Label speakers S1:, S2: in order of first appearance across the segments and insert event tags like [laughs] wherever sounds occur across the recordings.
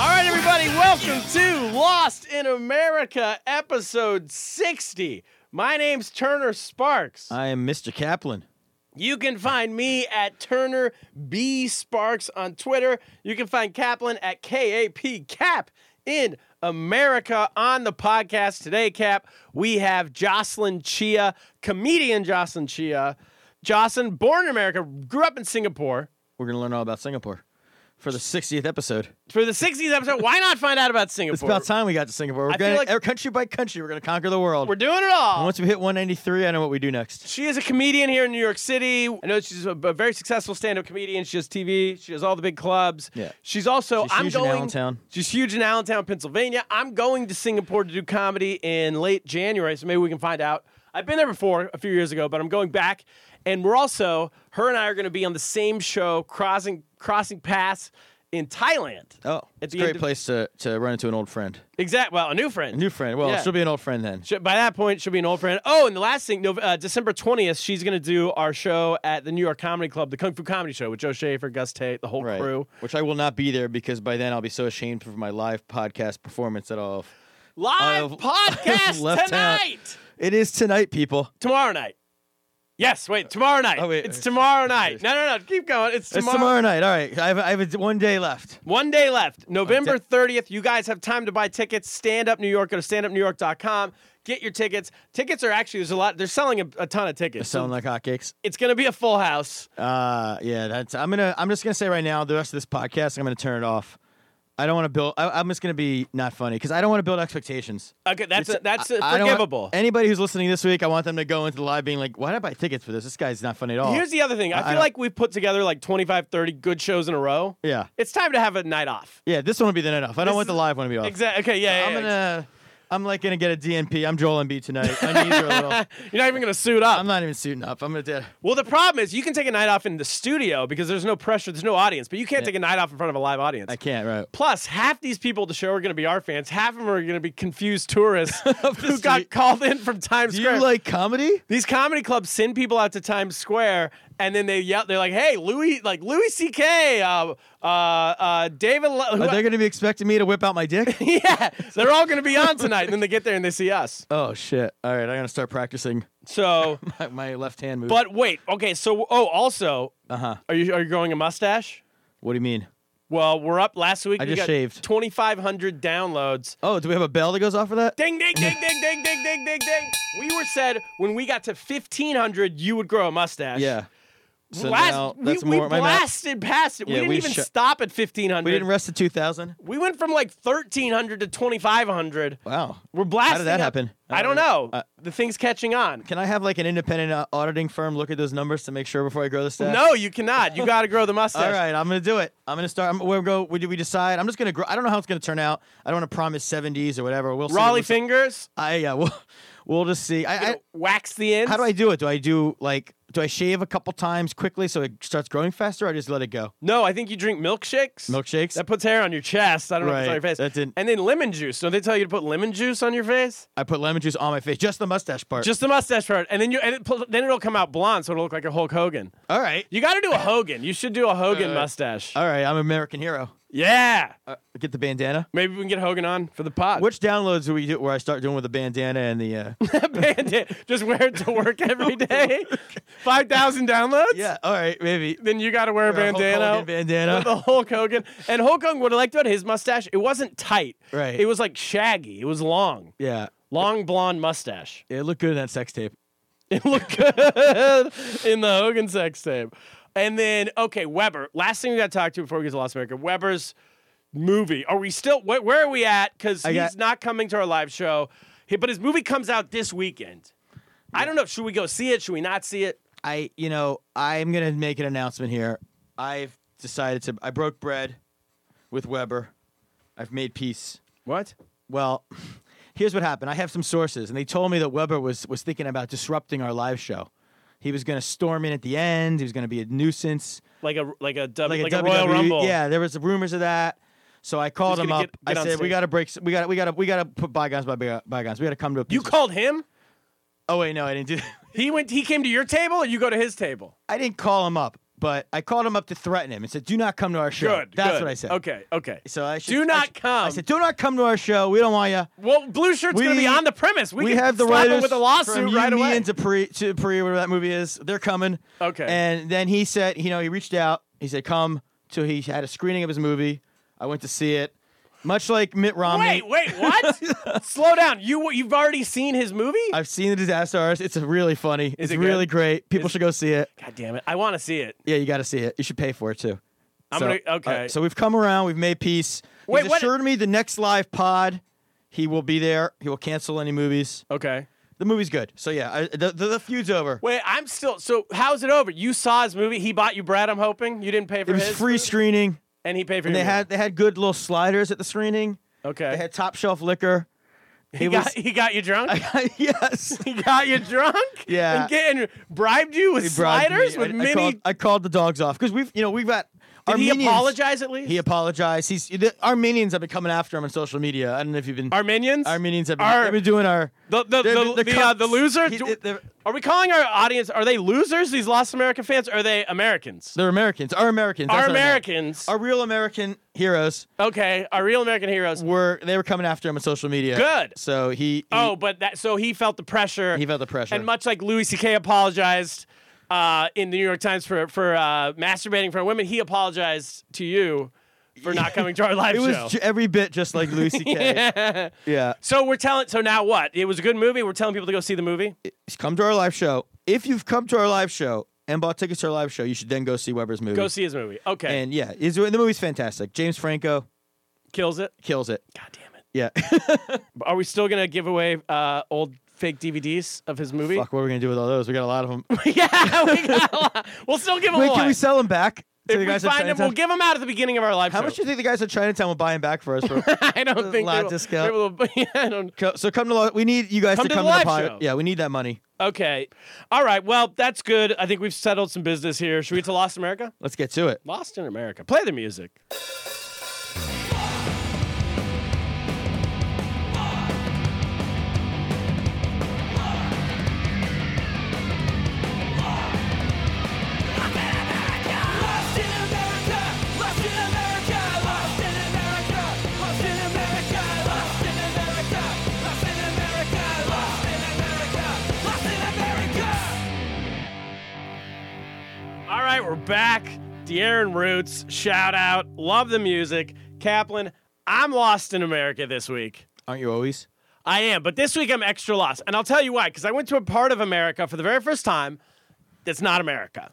S1: All right, everybody, welcome to Lost in America, episode 60. My name's Turner Sparks.
S2: I am Mr. Kaplan.
S1: You can find me at Turner B Sparks on Twitter. You can find Kaplan at KAP Cap in America on the podcast today. Cap, we have Jocelyn Chia, comedian Jocelyn Chia. Jocelyn, born in America, grew up in Singapore.
S2: We're going to learn all about Singapore for the 60th episode.
S1: For the 60th episode, why not find out about Singapore?
S2: It's about time we got to Singapore. We're
S1: I feel
S2: going
S1: like-
S2: to country by country, we're going to conquer the world.
S1: We're doing it all.
S2: and once we hit 193, I know what we do next.
S1: She is a comedian here in New York City. I know she's a, a very successful stand-up comedian. She does TV. She does all the big clubs.
S2: Yeah.
S1: She's also
S2: She's
S1: I'm
S2: huge in
S1: going
S2: Allentown.
S1: She's huge in Allentown, Pennsylvania. I'm going to Singapore to do comedy in late January, so maybe we can find out. I've been there before a few years ago, but I'm going back. And we're also her and I are going to be on the same show, crossing crossing paths in Thailand.
S2: Oh,
S1: At
S2: it's
S1: the
S2: a great
S1: end of-
S2: place to, to run into an old friend.
S1: Exact. Well, a new friend.
S2: A new friend. Well,
S1: Yeah.
S2: she'll be an old friend then.
S1: She- by that point, she'll be an old friend. Oh, and the last thing, Nov- uh, December 20th, she's going to do our show at the New York Comedy Club, the Kung Fu Comedy Show with Joe Schaefer, Gus Tate, the whole
S2: Right.
S1: crew.
S2: Which I will not be there because by then I'll be so ashamed for my live podcast performance that I'll.
S1: Live
S2: I've- I've
S1: podcast
S2: [laughs] left out.
S1: tonight.
S2: It is tonight, people.
S1: Tomorrow night. Yes, wait, tomorrow night.
S2: oh, wait.
S1: It's tomorrow night. No, no, no, keep going. It's tomorrow.
S2: It's tomorrow night. All right. I have, I have one day left.
S1: One day left. November 30th. You guys have time to buy tickets. Stand Up New York. Go to standupnewyork.com. Get your tickets. Tickets are actually, there's a lot, they're selling a, a ton of tickets.
S2: Selling like hotcakes.
S1: it's going to be a full house.
S2: Uh, yeah, that's. I'm gonna. I'm just gonna say right now, the rest of this podcast, I'm gonna turn it off. I don't want to build. I, I'm just gonna be not funny because I don't want to build expectations.
S1: Okay, that's, a, that's a
S2: I- I don't want-
S1: forgivable.
S2: anybody who's listening this week, I want them to go into the live being like, "Why did I buy tickets for this? This guy's not funny at all."
S1: Here's the other thing. I
S2: Oh. I- I
S1: feel
S2: don't-
S1: like we've put together like 25, 30 good shows in a row.
S2: yeah,
S1: It's time to have a night off.
S2: yeah. This one will be the night off.
S1: This
S2: I don't want the
S1: is-
S2: live one to be off.
S1: Exactly. Okay, yeah,
S2: I'm
S1: yeah, yeah.
S2: gonna. I'm like gonna get a DNP. I'm Joel Embiid tonight. My knees are
S1: [laughs]
S2: a little.
S1: You're not even going to suit up.
S2: I'm not even suiting up. I'm gonna. do-
S1: well, the problem is you can take a night off in the studio because there's no pressure, there's no audience, but you can't take a night off in front of a live audience.
S2: I can't. Right.
S1: Plus, half these people at the show are going to be our fans. Half of them are going to be confused
S2: [laughs]
S1: tourists who got
S2: street.
S1: called in from Times
S2: Do
S1: Square.
S2: you like comedy?
S1: These comedy clubs send people out to Times Square, and then they yell. They're like, "Hey, Louis, like Louis C.K., uh, uh, uh, David." Lo- who-
S2: Are they gonna be expecting me to whip out my dick? [laughs]
S1: [laughs] yeah, they're all going to be on tonight. And then they get there and they see us.
S2: oh shit! All right, I gotta start practicing.
S1: So,
S2: my, my left hand move.
S1: but wait, okay. So, oh, also,
S2: uh huh.
S1: are you are you growing a mustache?
S2: What do you mean?
S1: Well, we're up last week.
S2: I
S1: we
S2: just
S1: got
S2: shaved.
S1: 2,500 downloads.
S2: Oh, do we have a bell that goes off for that?
S1: Ding, ding, ding, ding, ding, ding, ding, ding, ding. We were said when we got to 1,500, you would grow a mustache.
S2: Yeah. So
S1: Last,
S2: now
S1: we-
S2: that's
S1: we,
S2: more. my math-
S1: blasted past it. we
S2: Yeah,
S1: didn't
S2: we
S1: even
S2: sho-
S1: stop at 1,500.
S2: we didn't rest to 2,000.
S1: We went from like 1,300 to 2,500.
S2: Wow.
S1: We're blasting.
S2: How did that
S1: up-
S2: happen?
S1: I don't know.
S2: I-
S1: the thing's catching on.
S2: Can I have like an independent uh, auditing firm look at those numbers to make sure before I grow the stash?
S1: No, you cannot. You got to grow the mustache.
S2: All right, I'm gonna do it. I'm gonna start. I'm, we'll go. We, do we decide? I'm just gonna grow. I don't know how it's gonna turn out. I don't want to promise 70s or whatever. We'll see what it
S1: Raleigh
S2: looks like.
S1: fingers.
S2: I yeah. [laughs] We'll, we'll just see. I, I
S1: wax the ends.
S2: how do I do it? Do I do like? Do I shave a couple times quickly so it starts growing faster? or I just let it go.
S1: No, I think you drink milkshakes.
S2: Milkshakes.
S1: That puts hair on your chest. I don't know if it's on
S2: Right,
S1: your face.
S2: that didn't-
S1: And then lemon juice. Don't they tell you to put lemon juice on your face?
S2: I put lemon juice on my face, just the mustache part.
S1: Just the mustache part. And then you and it, pl- then it'll come out blonde, so it'll look like a Hulk Hogan.
S2: all right.
S1: You got to do a Hogan. You should do a Hogan mustache.
S2: All right, I'm an American hero.
S1: yeah.
S2: Uh, get the bandana.
S1: Maybe we can get Hogan on for the pod.
S2: Which downloads do we do where I start doing with the bandana and the uh,
S1: [laughs] bandit? Just wear it to
S2: [laughs]
S1: work every day. [laughs] Five thousand downloads.
S2: yeah? All right, maybe
S1: Then you got to wear a
S2: Or a Hulk
S1: bandana.
S2: Hogan bandana.
S1: [laughs] With a Hulk Hogan. And Hulk Hogan, what I liked about his mustache, it wasn't tight.
S2: Right.
S1: It was like shaggy. It was long.
S2: [laughs] yeah.
S1: long blonde mustache. [laughs]
S2: It looked good in that sex tape.
S1: It looked
S2: [laughs]
S1: good in the Hogan sex tape. And then, okay, Weber. Last thing we got to talk to before we get to Lost America, Weber's movie. Are we still? Where, where are we at? Because
S2: I
S1: he's
S2: got-
S1: not coming to our live show, He- but his movie comes out this weekend. I don't know. Should we go see it? Should we not see it?
S2: I you know I'm gonna make an announcement here. I've decided to. I broke bread with Weber. I've made peace.
S1: What?
S2: Well, [laughs] here's what happened. I have some sources, and they told me that Weber was was thinking about disrupting our live show. He was going to storm in at the end. He was going to be a nuisance,
S1: Like a like a dub-
S2: like,
S1: like,
S2: a,
S1: a Royal
S2: WWE
S1: Rumble.
S2: Yeah, there was rumors of that. So I called
S1: He's
S2: him
S1: gonna
S2: up.
S1: get- get
S2: I
S1: on
S2: said, "We
S1: stage.
S2: got to break. We got to. We got to. We got to put bygones by by- bygones. We got to come to a.
S1: You
S2: peaceful-
S1: called him?
S2: Oh wait, no, I didn't do. That. [laughs]
S1: He went he came to your table or you go to his table?
S2: I didn't call him up, but I called him up to threaten him and said, "Do not come to our show."
S1: Good.
S2: That's
S1: good.
S2: what I said.
S1: Okay, okay.
S2: So I should,
S1: Do
S2: I
S1: not
S2: should-
S1: come.
S2: I said, "Do not come to our show. We don't want you."
S1: well, blue shirt's going to be
S2: we-
S1: on the premise. We,
S2: We,
S1: can
S2: have the
S1: slap him
S2: writers
S1: with a lawsuit
S2: from
S1: right
S2: you, me,
S1: away.
S2: and Dupree, to Dupree, whatever that movie is. They're coming.
S1: Okay.
S2: And then he said, you know, he reached out. He said, "Come." So he had a screening of his movie. I went to see it. Much like Mitt Romney,
S1: wait, wait,
S2: [laughs]
S1: what? Slow down. You you've already seen his movie?
S2: I've seen the Disaster Artist. It's a really funny. it's
S1: it good?
S2: really great. People should go see it.
S1: God damn it. I want to see it.
S2: Yeah, you got to see it. You should pay for it too.
S1: I'm
S2: So-
S1: gonna-
S2: all
S1: okay.
S2: so we've come around. We've made peace.
S1: Wait,
S2: He's
S1: what-
S2: assured me the next live pod, he will be there. He will cancel any movies.
S1: Okay.
S2: The movie's good. So yeah, I, the, the the feud's over.
S1: Wait, I'm still. So how's it over? You saw his movie. He bought you Brad. I'm hoping you didn't pay for
S2: It was
S1: his,
S2: free screening.
S1: and he paid for.
S2: And
S1: your
S2: they had
S1: movie.
S2: they had good little sliders at the screening.
S1: okay.
S2: They had top
S1: [laughs]
S2: shelf liquor.
S1: he got he got you drunk.
S2: [laughs] yes.
S1: [laughs] he got you drunk.
S2: Yeah.
S1: and, get, and bribed you with
S2: He bribed me.
S1: sliders
S2: I-
S1: with
S2: I,
S1: mini.
S2: Called, I called the dogs off because we've you know we've got.
S1: did he
S2: Armenians-
S1: apologize at least?
S2: He apologized. He's the Armenians have been coming after him on social media. I don't know if you've been
S1: Armenians.
S2: Armenians have been,
S1: Ar-
S2: they've been doing our
S1: the the
S2: they've
S1: the,
S2: been-
S1: the, uh, the
S2: cunts.
S1: loser.
S2: He-
S1: Do-
S2: they're,
S1: are we calling our audience? Are they losers? These Lost American fans? Or are they Americans?
S2: they're Americans. Our Americans.
S1: Our
S2: that's what I meant.
S1: Americans.
S2: Our real American heroes
S1: okay, our real American heroes.
S2: were they were coming after him on social media.
S1: Good.
S2: So he, he
S1: Oh, but that so he felt the pressure.
S2: he felt the pressure.
S1: And much like Louis C.K. apologized uh, in the New York Times for for uh, masturbating for women, he apologized to you for
S2: [laughs]
S1: not coming to our live
S2: it was
S1: show.
S2: ju- every bit just like Lucy
S1: [laughs]
S2: K. yeah.
S1: so we're telling. So now what? It was a good movie. We're telling people to go see the movie.
S2: come to our live show. If you've come to our live show and bought tickets to our live show, you should then go see Weber's movie.
S1: Go see his movie. Okay,
S2: And yeah, he's, the movie's fantastic. James Franco
S1: kills it.
S2: kills it.
S1: God damn it!
S2: Yeah. [laughs]
S1: Are we still gonna give away uh, old fake DVDs of his movie?
S2: Fuck, what are we gonna do with all those? We got a lot of them.
S1: [laughs] yeah, we got a lot. we'll still give them
S2: Wait,
S1: away.
S2: can we sell them back? to
S1: if
S2: the
S1: we
S2: guys at
S1: find them, we'll
S2: Chinatown?
S1: give them out at the beginning of our live
S2: How
S1: show.
S2: much do you think the guys at Chinatown will buy them back for us? For,
S1: [laughs] I don't think
S2: lot
S1: they will- they
S2: discount?
S1: will- [laughs] yeah, I don't.
S2: Co- so come to lo- we need you guys
S1: Come
S2: to
S1: to the
S2: come to the,
S1: live
S2: pod.
S1: show.
S2: Yeah, we need that money.
S1: Okay. All right. Well, that's good. I think we've settled some business here. Should we get to Lost in America?
S2: Let's get to it.
S1: Lost in America. Play the music. All right, we're back. De'Aaron Roots, shout out. Love the music. Kaplan, I'm lost in America this week.
S2: Aren't you always?
S1: I am, but this week I'm extra lost. And I'll tell you why, because I went to a part of America for the very first time that's not America.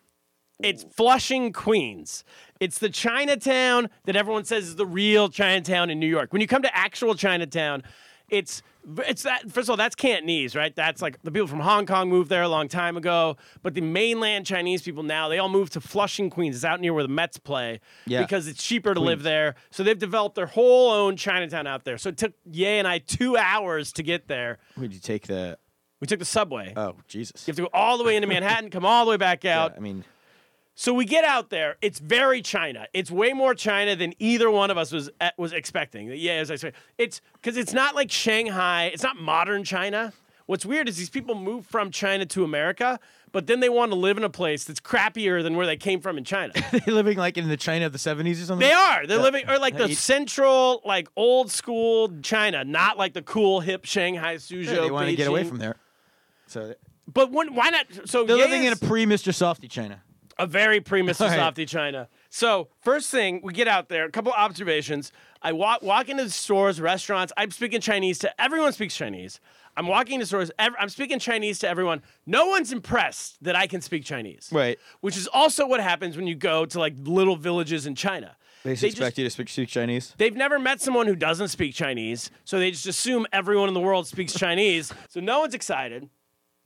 S1: It's Flushing, Queens. It's the Chinatown that everyone says is the real Chinatown in New York. When you come to actual Chinatown, it's it's that first of all, that's Cantonese, right? That's like the people from Hong Kong moved there a long time ago, but the mainland Chinese people now they all moved to Flushing, Queens. It's out near where the Mets play
S2: Yeah.
S1: because it's cheaper to live there. So they've developed their whole own Chinatown out there. So it took Ye and I two hours to get there.
S2: Would you take the?
S1: We took the subway.
S2: Oh Jesus!
S1: you have to go all the way into Manhattan, come all the way back
S2: Yeah,
S1: out.
S2: I mean,
S1: So we get out there. It's very China. It's way more China than either one of us was eh, was expecting. Yeah, as I say, it's because it's not like Shanghai. It's not modern China. What's weird is these people move from China to America, but then they want to live in a place that's crappier than where they came from in
S2: [laughs]
S1: China.
S2: [laughs] they living like in the China of the seventies or something.
S1: They are. They're living or like the
S2: Hey.
S1: central, like old school China, not like the cool hip Shanghai Suzhou.
S2: Yeah, they want to get away
S1: Beijing.
S2: from there. So
S1: But when, why not? So
S2: they're
S1: Ye
S2: living in a
S1: is-
S2: pre Mr. Softy China.
S1: a very pre Mr.
S2: [laughs] All right.
S1: Softy China. So first thing, we get out there. A couple observations. I walk walk into the stores, restaurants. I'm speaking Chinese to everyone. Speaks Chinese. I'm walking into stores. Ev- I'm speaking Chinese to everyone. No one's impressed that I can speak Chinese.
S2: Right.
S1: Which is also what happens when you go to like little villages in China. just,
S2: you to speak, speak Chinese.
S1: They've never met someone who doesn't speak Chinese, so they just assume everyone in the world speaks Chinese. So no one's excited.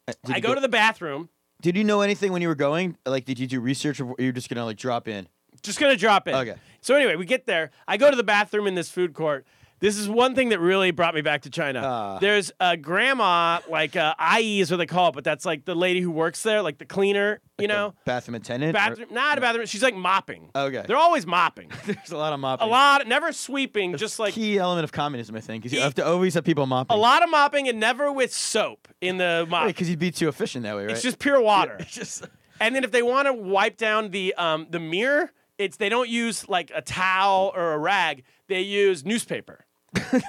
S2: Uh, Did
S1: I
S2: you
S1: go to the bathroom.
S2: Did you know anything when you were going? Like, did you do research, or were you just gonna like drop in?
S1: Just gonna drop in.
S2: Okay.
S1: So anyway, we get there. I go to the bathroom in this food court. This is one thing that really brought me back to China.
S2: Ah.
S1: There's a grandma, like uh, IE is what they call it, but that's like the lady who works there, like the cleaner, you know?
S2: bathroom attendant. or-
S1: Bathroom, not a bathroom. She's like mopping.
S2: Okay.
S1: They're always mopping.
S2: [laughs] There's a lot of [laughs] mopping.
S1: a lot, never sweeping, just like
S2: key element of communism, I think, is you have to always have people mopping.
S1: a lot of mopping and never with soap in the mop.
S2: because you'd be too efficient that way, right?
S1: It's just pure water.
S2: [laughs] just
S1: And then if they want to wipe down the um, the mirror, it's they don't use like a towel or a rag. They use newspaper,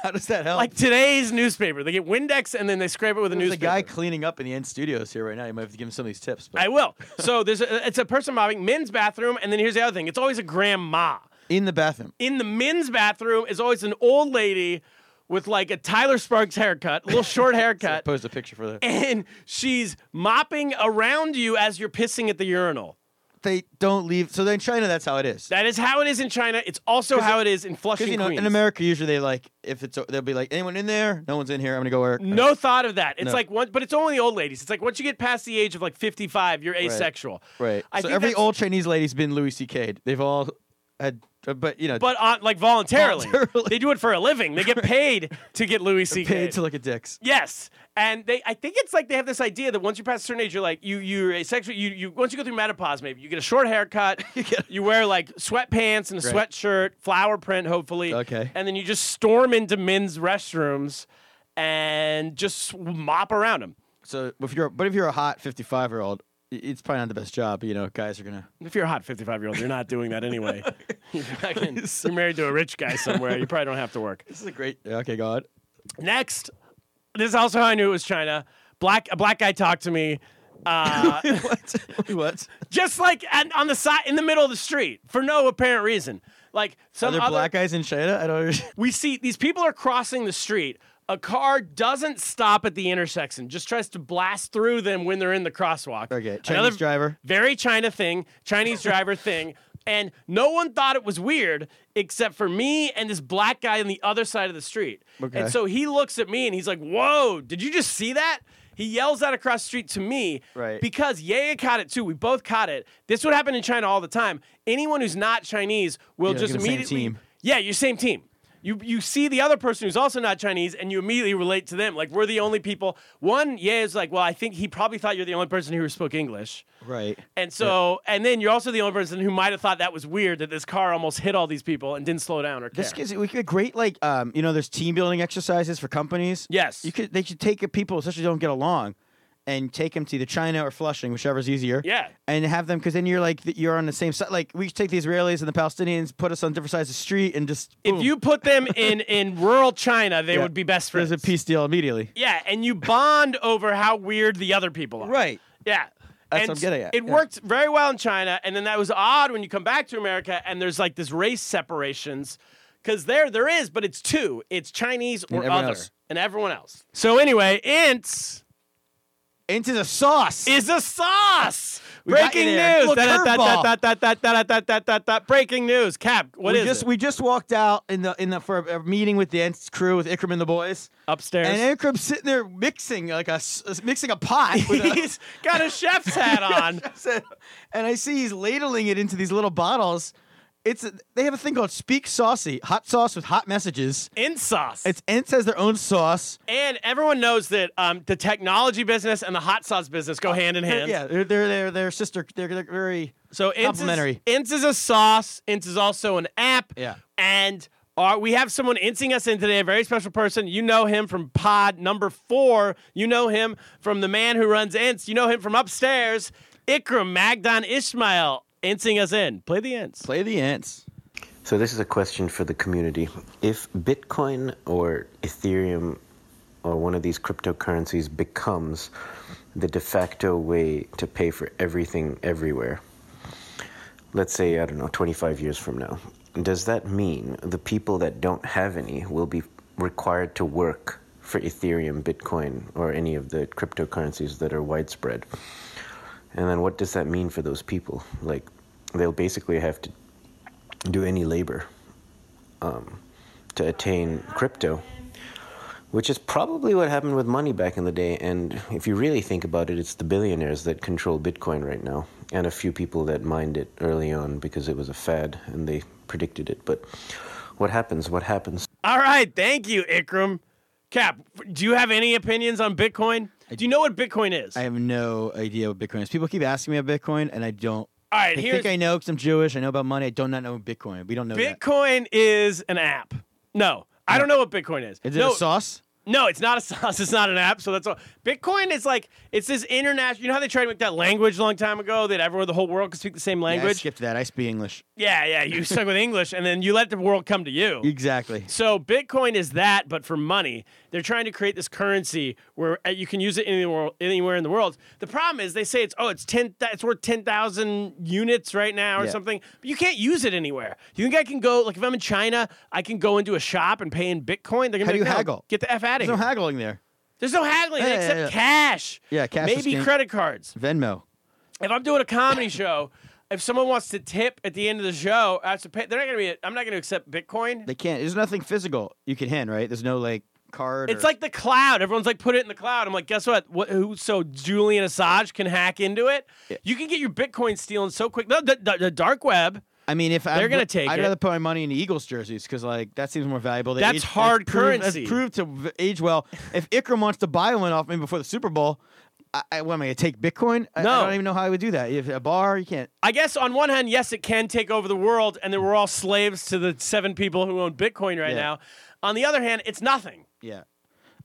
S2: how does that help?
S1: like today's newspaper. They get Windex and then they scrape it with a
S2: there's a
S1: newspaper.
S2: guy cleaning up in the end studios here right now. You might have to give him some of these tips. But
S1: I will. So there's a, it's a person mopping men's bathroom, and then here's the other thing. It's always a grandma.
S2: in the bathroom,
S1: In the men's bathroom is always an old lady with like a Tyler Sparks haircut, a little
S2: [laughs]
S1: short haircut,
S2: post a picture for the.
S1: and she's mopping around you as you're pissing at the urinal.
S2: They don't leave. So in China, that's how it is.
S1: That is how it is in China. It's also how it is in Flushing,
S2: Because you know,
S1: Queens.
S2: in America, usually they like if it's they'll be like, anyone in there? No one's in here. I'm gonna go work.
S1: No thought of that. It's
S2: No.
S1: like one, but it's only the old ladies. It's like once you get past the age of like fifty-five, you're asexual.
S2: Right.
S1: I
S2: so
S1: think
S2: every
S1: that's-
S2: old Chinese lady's been Louis C.K. They've all had, uh, but you know,
S1: but on like voluntarily.
S2: Voluntarily.
S1: they do it for a living.
S2: [laughs]
S1: They get paid to get Louis C.K.
S2: paid to look at dicks.
S1: Yes. And they I think it's like they have this idea that once you pass a certain age, you're like you you're asexual you you once you go through menopause, maybe you get a short haircut, you, wear like sweatpants and a
S2: Right.
S1: sweatshirt, flower print, hopefully.
S2: Okay.
S1: And then you just storm into men's restrooms and just mop around them.
S2: So if you're, but if you're a hot 55 year old, it's probably not the best job. But, you know, guys are gonna.
S1: If you're a hot 55 year old, you're not doing that anyway. you're, fucking- you're married to a rich guy somewhere. You probably don't have to work.
S2: This is a great. Okay, God.
S1: Next, this is also how I knew it was China. Black a black guy talked to me. Uh,
S2: [laughs] [laughs] what? what?
S1: just like at, on the side in the middle of the street for no apparent reason. Like
S2: Are
S1: some
S2: there
S1: other,
S2: black guys in China? I don't. Understand.
S1: we see these people are crossing the street. A car doesn't stop at the intersection; just tries to blast through them when they're in the crosswalk.
S2: [laughs] Okay, Chinese
S1: Another
S2: driver.
S1: very China thing, Chinese driver thing, and no one thought it was weird except for me and this black guy on the other side of the street.
S2: Okay.
S1: And so he looks at me and he's like, "Whoa, did you just see that?" He yells out across the street to me
S2: Right.
S1: because Yaya caught it too. We both caught it. This would happen in China all the time. Anyone who's not Chinese will
S2: Yeah, like
S1: just
S2: in the same
S1: immediately
S2: team.
S1: yeah, you're same team. You you see the other person who's also not Chinese, and you immediately relate to them. Like we're the only people. One, yeah, is like, well, I think he probably thought you're the only person who spoke English,
S2: Right.
S1: and so, and then you're also the only person who might have thought that was weird that this car almost hit all these people and didn't slow down or care.
S2: This gives we could great like um you know there's team building exercises for companies.
S1: Yes.
S2: You could they should take people especially don't get along, and take them to either China or Flushing, whichever's easier.
S1: Yeah.
S2: And have them because then you're like th- you're on the same side. Like we should take the Israelis and the Palestinians, put us on different sides of the street, and just
S1: if
S2: boom,
S1: you put
S2: [laughs]
S1: them in in rural China, they
S2: Yeah.
S1: would be best friends.
S2: there's a peace deal immediately.
S1: Yeah, and you bond over how weird the other people are.
S2: Right.
S1: Yeah.
S2: That's
S1: and
S2: what I'm getting at,
S1: It
S2: yeah.
S1: worked very well in China, and then that was odd when you come back to America and there's like this race separations, because there there is, but it's two. It's Chinese or
S2: everyone
S1: other,
S2: else.
S1: and everyone else. So anyway, Ints
S2: Into the sauce.
S1: is a sauce.
S2: got you
S1: Breaking
S2: there.
S1: news.
S2: Little
S1: Da- da- da-
S2: curveball.
S1: da- da- da- da- da- da- da- da- da- Breaking news. Cap. What
S2: we
S1: is
S2: just
S1: it?
S2: we just walked out in the in the for a, a meeting with the Ents crew with Ikram and the boys.
S1: Upstairs. [laughs]
S2: And Ikram's sitting there mixing like a s- mixing a pot.
S1: [laughs]
S2: With a,
S1: He's got a chef's hat on.
S2: So- and I see he's ladling it into these little bottles. It's they have a thing called Speak Saucy, hot sauce with hot messages.
S1: [laughs] In sauce.
S2: It's Ents has their own sauce.
S1: And everyone knows that um, the technology business and the hot sauce business go hand in hand.
S2: Yeah, they're they're they're, they're sister. They're, they're very
S1: So Ints
S2: Complimentary.
S1: Is, Ints is a sauce. Ints is also an app.
S2: Yeah.
S1: And our, we have someone intsing us in today, a very special person. You know him from pod number four. You know him from the man who runs Ints. You know him from upstairs. Ikram Magdan Ishmael intsing us in. Play the Ints.
S2: play the Ents.
S3: So, this is a question for the community. If Bitcoin or Ethereum or one of these cryptocurrencies becomes the de facto way to pay for everything everywhere, let's say, I don't know, 25 years from now, does that mean the people that don't have any will be required to work for Ethereum, Bitcoin, or any of the cryptocurrencies that are widespread? And then what does that mean for those people? Like, they'll basically have to do any labor um, to attain crypto. which is probably what happened with money back in the day. And if you really think about it, it's the billionaires that control Bitcoin right now, and a few people that mined it early on because it was a fad and they predicted it. But what happens? What happens?
S1: All right, thank you, Ikram. Cap, do you have any opinions on Bitcoin? Do you know what Bitcoin is?
S2: I have no idea what Bitcoin is. People keep asking me about Bitcoin, and I don't.
S1: All right,
S2: I
S1: here's-
S2: think I know because I'm Jewish. I know about money. I do not know Bitcoin. We don't know that.
S1: Bitcoin is an app. No, I don't know what Bitcoin is.
S2: Is it
S1: no,
S2: a sauce?
S1: No, it's not a sauce. [laughs] It's not an app. So that's all. Bitcoin is like it's this international. You know how they tried to make that language a long time ago that everyone, the whole world, could speak the same
S2: Yeah, I
S1: language.
S2: skipped that. I speak English.
S1: yeah, yeah.
S2: [laughs]
S1: You stuck with English, and then you let the world come to you.
S2: Exactly.
S1: So Bitcoin is that, but for money. They're trying to create this currency where uh, you can use it in the world, anywhere in the world. The problem is they say it's oh it's ten th- it's worth ten thousand units right now or
S2: Yeah.
S1: something, but you can't use it anywhere. Do you think I can go like if I'm in China, I can go into a shop and pay in Bitcoin? They're gonna
S2: How
S1: be
S2: do you
S1: like, "No,
S2: haggle?
S1: Get the f out of
S2: There's
S1: here.
S2: no haggling there.
S1: There's no haggling
S2: Yeah, yeah,
S1: except
S2: yeah.
S1: cash.
S2: Yeah, cash is
S1: Maybe
S2: king.
S1: credit cards
S2: Venmo.
S1: if I'm doing a comedy show, if someone wants to tip at the end of the show, I have to pay. They're not gonna be. I'm not gonna accept Bitcoin.
S2: They can't. There's nothing physical you can hand, right? There's no like card.
S1: It's
S2: or-
S1: like the cloud. Everyone's like, put it in the cloud. I'm like, guess what? What? Who? So Julian Assange can hack into it. You can get your Bitcoin stealing so quick. No, The, the, the dark web.
S2: I mean, if
S1: They're
S2: I'm,
S1: gonna take
S2: I'd
S1: it.
S2: rather put my money into Eagles jerseys because like that seems more valuable. They
S1: That's
S2: age-
S1: hard
S2: proved-
S1: currency.
S2: That's proved to v- age well. If Ikram wants to buy one off me before the Super Bowl, I, I, what am I gonna take Bitcoin? I,
S1: No.
S2: I don't even know how I would do that. If a bar, you can't.
S1: I guess on one hand, yes, it can take over the world, and then we're all slaves to the seven people who own Bitcoin right
S2: Yeah.
S1: now. On the other hand, it's nothing.
S2: Yeah,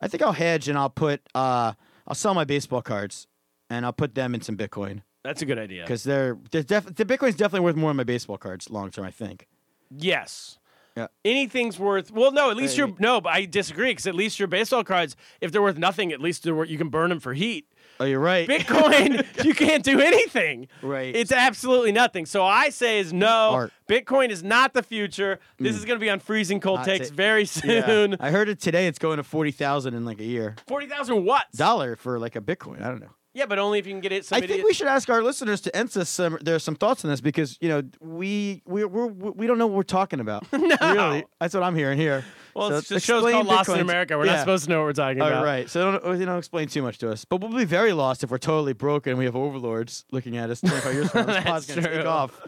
S2: I think I'll hedge and I'll put. Uh, I'll sell my baseball cards and I'll put them in some Bitcoin
S1: That's a good idea.
S2: because they're they're def- the Bitcoin's definitely worth more than my baseball cards long term. I think.
S1: Yes.
S2: Yeah.
S1: Anything's worth. Well, no. At least your no. But I disagree because at least your baseball cards, if they're worth nothing, at least they're worth, you can burn them for heat.
S2: Oh, you're right. [laughs]
S1: Bitcoin, you can't do anything.
S2: Right.
S1: It's absolutely nothing. So I say is no.
S2: Art.
S1: Bitcoin is not the future. This is going to be on freezing cold
S2: Not
S1: takes
S2: ta-
S1: very
S2: Yeah.
S1: soon.
S2: I heard it today. It's going to forty thousand in like a year.
S1: Forty thousand watts.
S2: Dollar for like a Bitcoin. I don't know.
S1: Yeah, but only if you can get it.
S2: I
S1: Somebody
S2: think we should ask our listeners to answer some, there's some thoughts on this because you know we we we're, we don't know what we're
S1: [laughs]
S2: talking about. no, really, that's what I'm hearing here.
S1: Well,
S2: So
S1: it's the show's
S2: explain
S1: called Lost in
S2: Bitcoins.
S1: America. We're
S2: Yeah.
S1: not supposed to know what we're talking
S2: All
S1: about.
S2: right, so don't you don't explain too much to us, but we'll be very lost if we're totally broken and we have overlords looking at us 25 years from now. This
S1: [laughs] That's
S2: pod's gonna
S1: true.
S2: take off.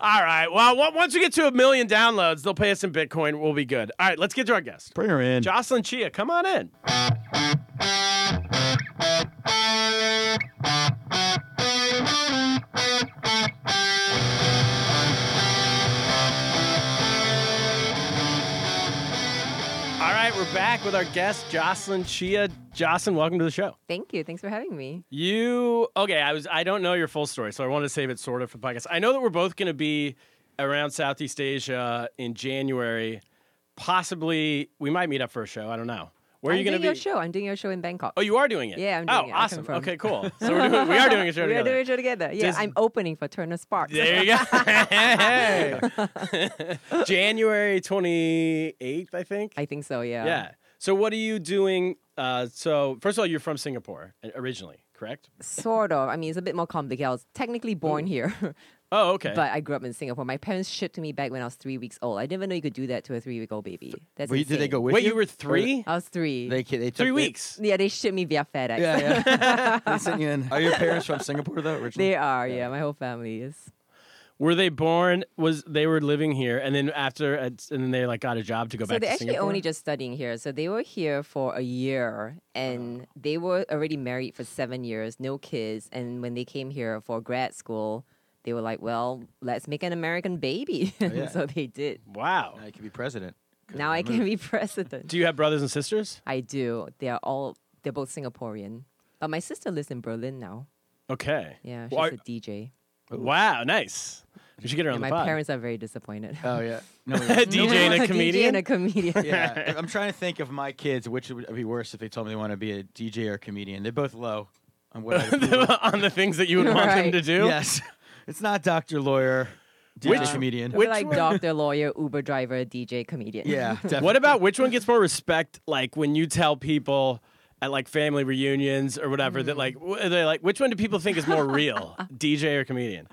S1: All right. Well, on- once we get to a million downloads, they'll pay us in Bitcoin. We'll be good. All right. Let's get to our guest.
S2: Bring her in.
S1: Jocelyn Chia, come on in. All right, we're back with our guest, Jocelyn Chia. Jocelyn, welcome to the show.
S4: Thank you. Thanks for having me.
S1: You okay? I was I don't know your full story, so I want to save it sort of for the podcast. I know that we're both going to be around Southeast Asia in January. Possibly, we might meet up for a show. I don't know. Where are
S4: I'm
S1: you going
S4: doing
S1: to
S4: your
S1: be?
S4: show. I'm doing your show in Bangkok.
S1: Oh, you are doing it.
S4: Yeah, I'm
S1: oh,
S4: doing it. I
S1: awesome.
S4: confirm.
S1: Okay,
S4: [laughs]
S1: cool. So we're doing, we are doing a show
S4: we are
S1: together.
S4: doing a show together. Yeah,
S1: Does-
S4: I'm opening for Turner Sparks.
S1: there you go. [laughs] Hey. January twenty eighth, I think.
S4: [laughs] I think so. Yeah.
S1: yeah. So what are you doing? Uh, so first of all, you're from Singapore uh, originally, correct?
S4: Sort of. I mean, it's a bit more complicated. I was technically born here, [laughs]
S1: Oh, Mm. okay.
S4: but I grew up in Singapore. My parents shipped me back when I was three weeks old. I didn't even know you could do that to a three-week-old baby. That's
S2: Were you- did they
S4: insane.
S2: go with
S1: Wait,
S2: you?
S1: you were three.
S4: I was three.
S2: They, ca- they took
S1: Three
S2: they-
S1: weeks.
S4: yeah, they shipped me via FedEx.
S2: Yeah, yeah. they sent you in. Are your parents from Singapore though? Originally?
S4: [laughs] they are. Yeah. my whole family is.
S1: Were they born? Was they were living here, and then after, uh, and then they like got a job to go
S4: So
S1: back.
S4: they're
S1: to
S4: actually
S1: Singapore?
S4: only just studying here. So they were here for a year and they were already married for seven years, no kids. And when they came here for grad school, they were like, well, let's make an American baby.
S1: Oh,
S4: [laughs] And
S2: yeah.
S4: so they did.
S1: Wow.
S2: Now you could be president.
S4: now I can
S1: [laughs]
S4: be president.
S1: Do you have brothers and sisters?
S4: I do. They are all, they're both Singaporean. But my sister lives in Berlin now.
S1: Okay.
S4: Yeah, she's
S1: Well,
S4: a DJ.
S1: are- wow. Nice. We should get her on
S4: And
S1: the
S4: my
S1: pod. [laughs]
S4: parents [laughs] are very disappointed. [laughs]
S2: Oh yeah. [laughs] No,
S1: a DJ Uh, and a
S4: DJ and a
S1: comedian. [laughs]
S4: comedian.
S2: yeah, I'm trying to think of my kids, which would be worse if they told me they want to be a DJ or a comedian. They're both low on what
S1: [laughs]
S2: I would do.
S1: on the things that you would want them
S4: Right.
S1: to do.
S2: Yes, it's not doctor, lawyer, DJ,
S1: Which-
S2: comedian.
S4: We're
S1: Which
S4: like
S1: one-
S4: doctor, lawyer, Uber driver, DJ, comedian.
S2: [laughs] yeah,
S4: [laughs]
S2: definitely.
S1: What about which one gets more respect? Like when you tell people at like family reunions or whatever
S4: Mm.
S1: that like w-
S4: [laughs]
S1: they're like, which one do people think is more real, DJ or comedian?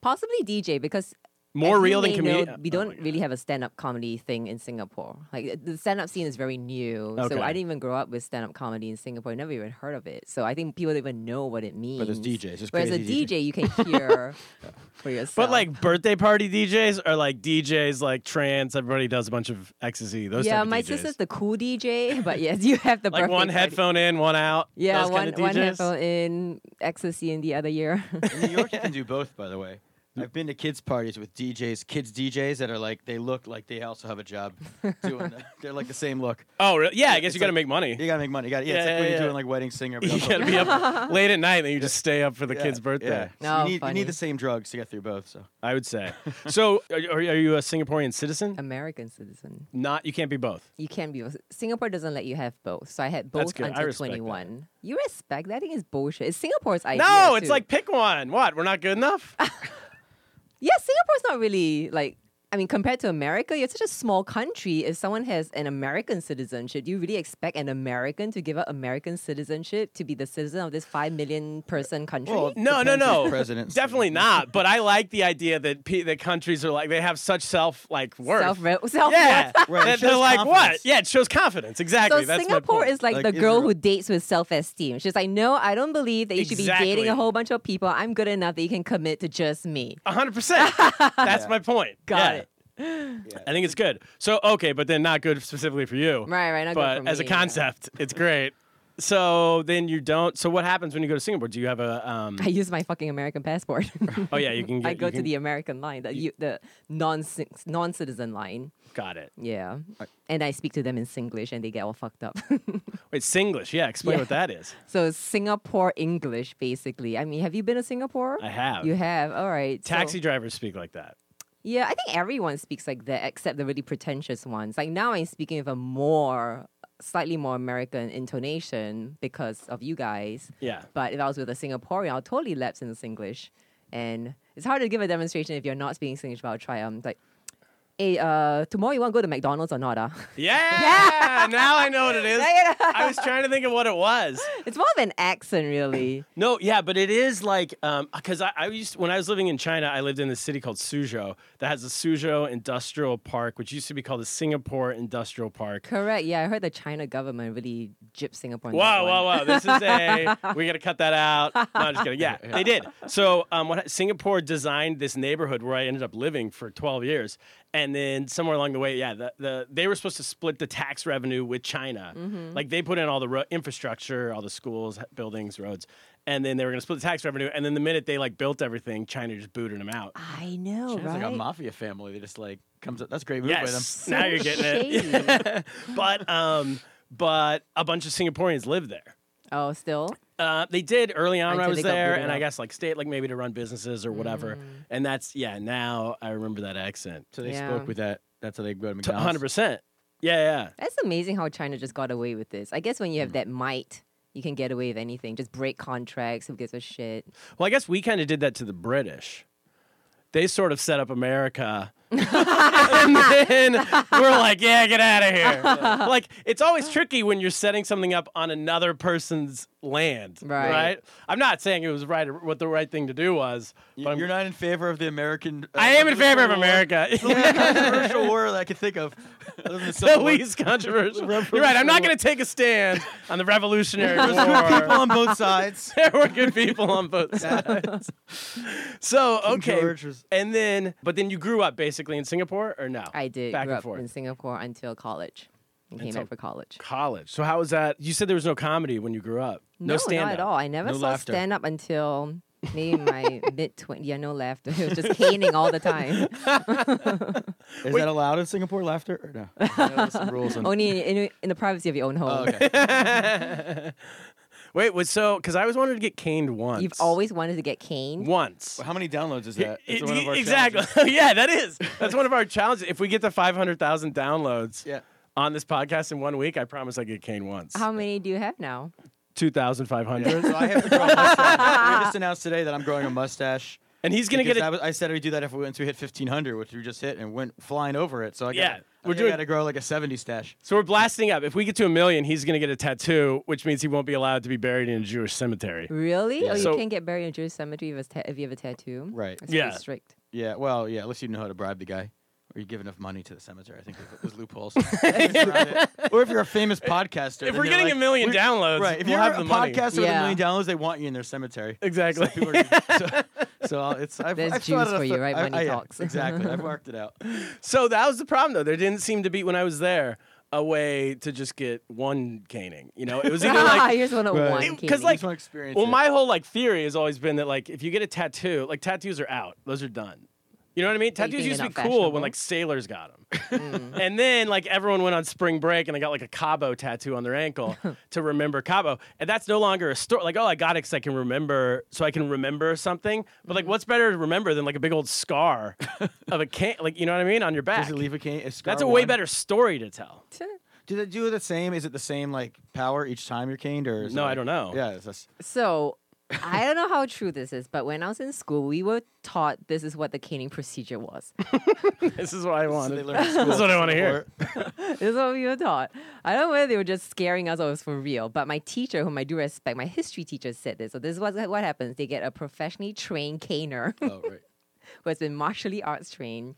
S4: Possibly DJ because
S1: More
S4: as you
S1: real than
S4: may
S1: comedian. Oh
S4: know, We don't really have a stand-up comedy thing in Singapore. Like the stand-up scene is very new.
S2: Okay.
S4: So I didn't even grow up with stand-up comedy in Singapore. I never even heard of it. So I think people don't even know what it means.
S2: there's DJs, there's
S4: Whereas
S2: crazy
S4: a DJ, you can
S1: [laughs]
S4: hear for yourself.
S1: But like birthday party DJs are like DJs like trance. Everybody does a bunch of ecstasy. Those type
S4: yeah,
S1: of
S4: my
S1: DJs.
S4: sister's the cool DJ, but yes, you have
S1: [laughs]
S4: the
S1: like
S4: birthday
S1: one
S4: party.
S1: headphone in, one out.
S4: Yeah,
S1: those
S4: one
S1: kind of DJs.
S4: one headphone in ecstasy in the other year. [laughs]
S2: In New York, you can do both, by the way. I've been to kids' parties with DJs, kids DJs that are like, they look like they also have a job doing that. They're like the same look.
S1: Oh, really? yeah. I guess
S2: it's
S1: you got to
S2: like-
S1: make money.
S2: You gotta make money. You gotta, yeah, it's
S1: Yeah,
S2: like when
S1: yeah,
S2: you're
S1: yeah.
S2: doing like wedding singer.
S1: [laughs]
S2: But
S1: You
S2: also-
S1: got to be
S4: [laughs]
S1: up late at night, and then you just stay up for the
S2: Yeah,
S1: kid's birthday.
S2: yeah.
S4: No,
S2: you, need, you
S4: funny.
S2: need the same drugs to get through both. So
S1: I would
S2: [laughs]
S1: say. So, are, are are you a Singaporean citizen?
S4: American citizen.
S1: Not. You can't be both.
S4: You can be. Singapore doesn't let you have both, so I had
S1: That's
S4: both
S1: good. I
S4: until
S1: respect that.
S4: 21. You respect that? I think it's bullshit. It's Singapore's idea.
S1: No, it's
S4: too.
S1: like pick one. What? We're not good
S4: [laughs]
S1: enough.
S4: yeah, Singapore's not really like. I mean, compared to America, you're such a small country. If someone has an American citizenship, do you really expect an American to give up American citizenship to be the citizen of this five million
S1: Uh,
S4: person country?
S2: Well,
S1: No, no,
S2: Depends who's
S1: no.
S2: president, so-
S1: Definitely not. But I like the idea that pe- that countries are like they have such self like worth.
S4: self [laughs] self
S1: yeah,
S2: Right, it
S1: that
S2: shows
S1: they're like what?
S2: confidence.
S1: Yeah, it shows confidence. Exactly.
S4: So
S1: That's my
S4: Singapore
S1: point.
S4: is like,
S2: Like
S4: the girl
S2: Israel-
S4: who dates with self-esteem. She's like, no, I don't believe that you should be dating
S1: Exactly.
S4: a whole bunch of people. I'm good enough that you can commit to just me.
S1: hundred
S4: [laughs]
S1: percent. That's my point.
S4: Got
S1: Yeah.
S4: it. [gasps]
S1: I think it's good. So okay, but then not good specifically for you.
S4: Right, right. Not good
S1: But
S4: for
S1: as a
S4: me, yeah.
S1: concept, it's great. So then you don't. So what happens when you go to Singapore? Do you have a? Um,
S4: [laughs] I use my fucking American passport.
S1: oh [laughs] yeah, you can. Get,
S4: [laughs] I go
S1: you
S4: to
S1: can-
S4: the American line, the you, the non non citizen line.
S1: [laughs] Got it.
S4: Yeah, and I speak to them in Singlish, and they get all fucked up. [laughs]
S1: Wait, Singlish. Yeah, explain
S4: Yeah.
S1: what that is.
S4: so it's Singapore English, basically. I mean, have you been to Singapore?
S1: I have.
S4: You have. All right. so-
S1: Taxi drivers speak like that.
S4: Yeah, I think everyone speaks like that except the really pretentious ones. Like now I'm speaking with a more slightly more American intonation because of you guys. [laughs]
S1: Yeah.
S4: But if I was with a Singaporean, I'll totally lapse into Singlish. And it's hard to give a demonstration if you're not speaking Singlish, but I'll try. I'm like, hey, uh, tomorrow you want to go to McDonald's or not? Uh?
S1: Yeah. Now I know what it is. I was trying to think of what it was.
S4: [laughs] it's more of an
S1: [laughs]
S4: accent, really.
S1: No, yeah, but it is like because I, I used when I was living in China, I lived in this city called Suzhou that has the Suzhou Industrial Park, which used to be called the Singapore Industrial Park.
S4: Correct. Yeah, I heard the China government really gypped Singapore. on that
S1: Wow,
S4: one.
S1: wow, wow! This is a we got to cut that out. No, I'm just kidding. Yeah, they did. So, um, what Singapore designed this neighborhood where I ended up living for 12 years, and then somewhere along the way, yeah, the, the they were supposed to split the tax revenue with China. Like they put in all the ro- infrastructure, all the schools, h- buildings, roads, and then they were going to split the tax revenue. And then the minute they like built everything, China just booted them out.
S4: I know,
S2: it's
S4: Oh, right?
S2: like a mafia family. They just like comes up. That's a great move by them.
S1: Yes, now you're getting
S4: [laughs]
S1: it. [laughs] but um, but a bunch of Singaporeans live there.
S4: oh, still?
S1: Uh, they did early on when I
S4: Until
S1: was
S4: they got
S1: there,
S4: booted
S1: and I
S4: out.
S1: guess like stayed like maybe to run businesses or whatever. And that's yeah. Now I remember that accent.
S2: So they
S4: Yeah.
S2: spoke with that. That's how they go to
S1: One hundred
S2: McDonald's.
S1: percent. Yeah,
S4: That's amazing how China just got away with this. I guess when you have that might, you can get away with anything. Just break contracts. Who gives a shit?
S1: yeah. Well, I guess we kind of did that to the British. They sort of set up America. and then we're like, yeah, get out of here. Like, it's always tricky when you're setting something up on another person's land,
S4: Right.
S1: I'm not saying it was right, or what the right thing to do was, but
S2: You-
S1: I'm,
S2: You're not in favor of the American. uh,
S1: I am in favor of
S2: war. [laughs]
S1: America.
S2: Controversial war that I can think of. Other
S1: [laughs]
S2: than the
S1: the
S2: Civil War.
S1: least controversial. You're right. I'm not going to take a stand on the Revolutionary War.
S2: people on
S1: [laughs]
S2: both sides.
S1: there were good people on both sides. so okay,
S2: George was-
S1: and then but then you grew up basically in Singapore or no?
S4: I did
S1: back
S4: grew
S1: and
S4: up
S1: forth.
S4: in Singapore until college. I came
S1: Until-
S4: back for college.
S1: College. So how was that? You said there was no comedy when you grew up. No, stand
S4: not at all. I never
S2: No
S4: saw
S2: laughter.
S4: stand up until maybe my
S2: [laughs]
S4: mid 20s. Yeah, no laughter. It was just caning all the time.
S2: Is that allowed in Singapore? Laughter or no? There's [laughs] some rules on.
S4: Only in, in, in the privacy of your own
S2: Oh,
S4: home.
S2: okay.
S1: Wait, was so because I always wanted to get caned once.
S4: [laughs] You've always wanted to get caned.
S1: once.
S2: How many downloads is that? It's
S1: It-
S2: one of our
S1: exactly.
S2: challenges.
S1: [laughs] yeah, that is. That's one of our challenges. If we get to 500,000 downloads
S2: Yeah.
S1: on this podcast in one week, I promise I get caned once.
S4: How many do you have now?
S1: 2,500.
S2: So I have to grow a mustache. we just announced today that I'm growing a mustache.
S1: And he's gonna
S2: because
S1: get a
S2: I was- I said we'd do that if we went to hit 1500, which we just hit and went flying over it. So I got.
S1: Yeah, we're
S2: We're
S1: doing-
S2: doing. Got to grow like a 70 stash.
S1: so we're blasting up. If we get to a million, he's gonna get a tattoo, which means he won't be allowed to be buried in a Jewish cemetery.
S4: Really? Oh, you
S1: So-
S4: can't get buried in a Jewish cemetery if, it's ta- if you have a tattoo?
S2: Right.
S4: That's pretty
S1: Yeah. [laughs]
S4: strict.
S2: Yeah, well, yeah. Unless you know how to bribe the guy, or you give enough money to the cemetery. I think there's-
S1: [laughs]
S2: there's loopholes. or if you're a famous podcaster,
S1: If
S2: then
S1: we're
S2: they're
S1: getting
S2: like,
S1: a million
S2: "We're-
S1: downloads,
S2: right? If
S1: we'll
S2: you're
S1: have the
S2: a
S1: money.
S2: podcaster with a
S4: Yeah.
S2: million downloads, they want you in
S1: [laughs]
S2: their cemetery.
S1: Exactly.
S2: People are gonna- so, so I'll- it's I've,
S4: There's
S2: I've thought
S4: juice
S2: it a
S4: for you,
S2: th-
S4: right,
S2: I-
S4: when
S2: I-
S4: he
S2: yeah,
S4: talks.
S2: exactly.
S4: [laughs]
S2: I've worked it out.
S1: [laughs] So that was the problem, though. There didn't seem to be when I was there a way to just get one caning. You know, it was either
S4: [laughs] ah,
S1: like
S4: here's one of
S2: Right.
S4: one.
S2: It-
S1: because
S4: Katie.
S1: like
S2: just wanna experience
S1: well,
S2: it.
S1: my whole like theory has always been that like if you get a tattoo, like tattoos are out, those are done. You know what I mean?
S4: So you
S1: Tattoos
S4: think
S1: used to be
S4: they're not
S1: cool when
S4: fashionable?
S1: like sailors got
S2: Mm.
S1: them, and then like everyone went on spring break and they got like a Cabo tattoo on their
S2: [laughs]
S1: ankle to remember Cabo, and that's no longer a story. Like oh, I got it because I can remember, so I can remember something. But
S2: Mm-hmm.
S1: like, what's better to remember than like a big old
S2: [laughs]
S1: scar of a can? Like you know what I mean on your back?
S2: Does it leave a cane? scar
S1: That's a way
S2: one?
S1: better story to tell. [laughs]
S2: Do they do the same? Is it the same like power each time you're caned, or is it
S1: No, I
S2: like-
S1: don't know.
S2: Yeah, it's just,
S4: So I don't know how true this is, but when I was in school, we were taught this is what the caning procedure was.
S1: This is what I
S2: so they
S1: wanted.
S2: learn
S4: [laughs]
S2: at school.
S1: That's what I want to hear.
S4: this is what we were taught. I don't know whether they were just scaring us or it was for real, but my teacher, whom I do respect, my history teacher said this. So this is what, what happens. They get a professionally trained caner
S2: Oh, right.
S4: [laughs]
S2: Oh
S4: who has been martially arts trained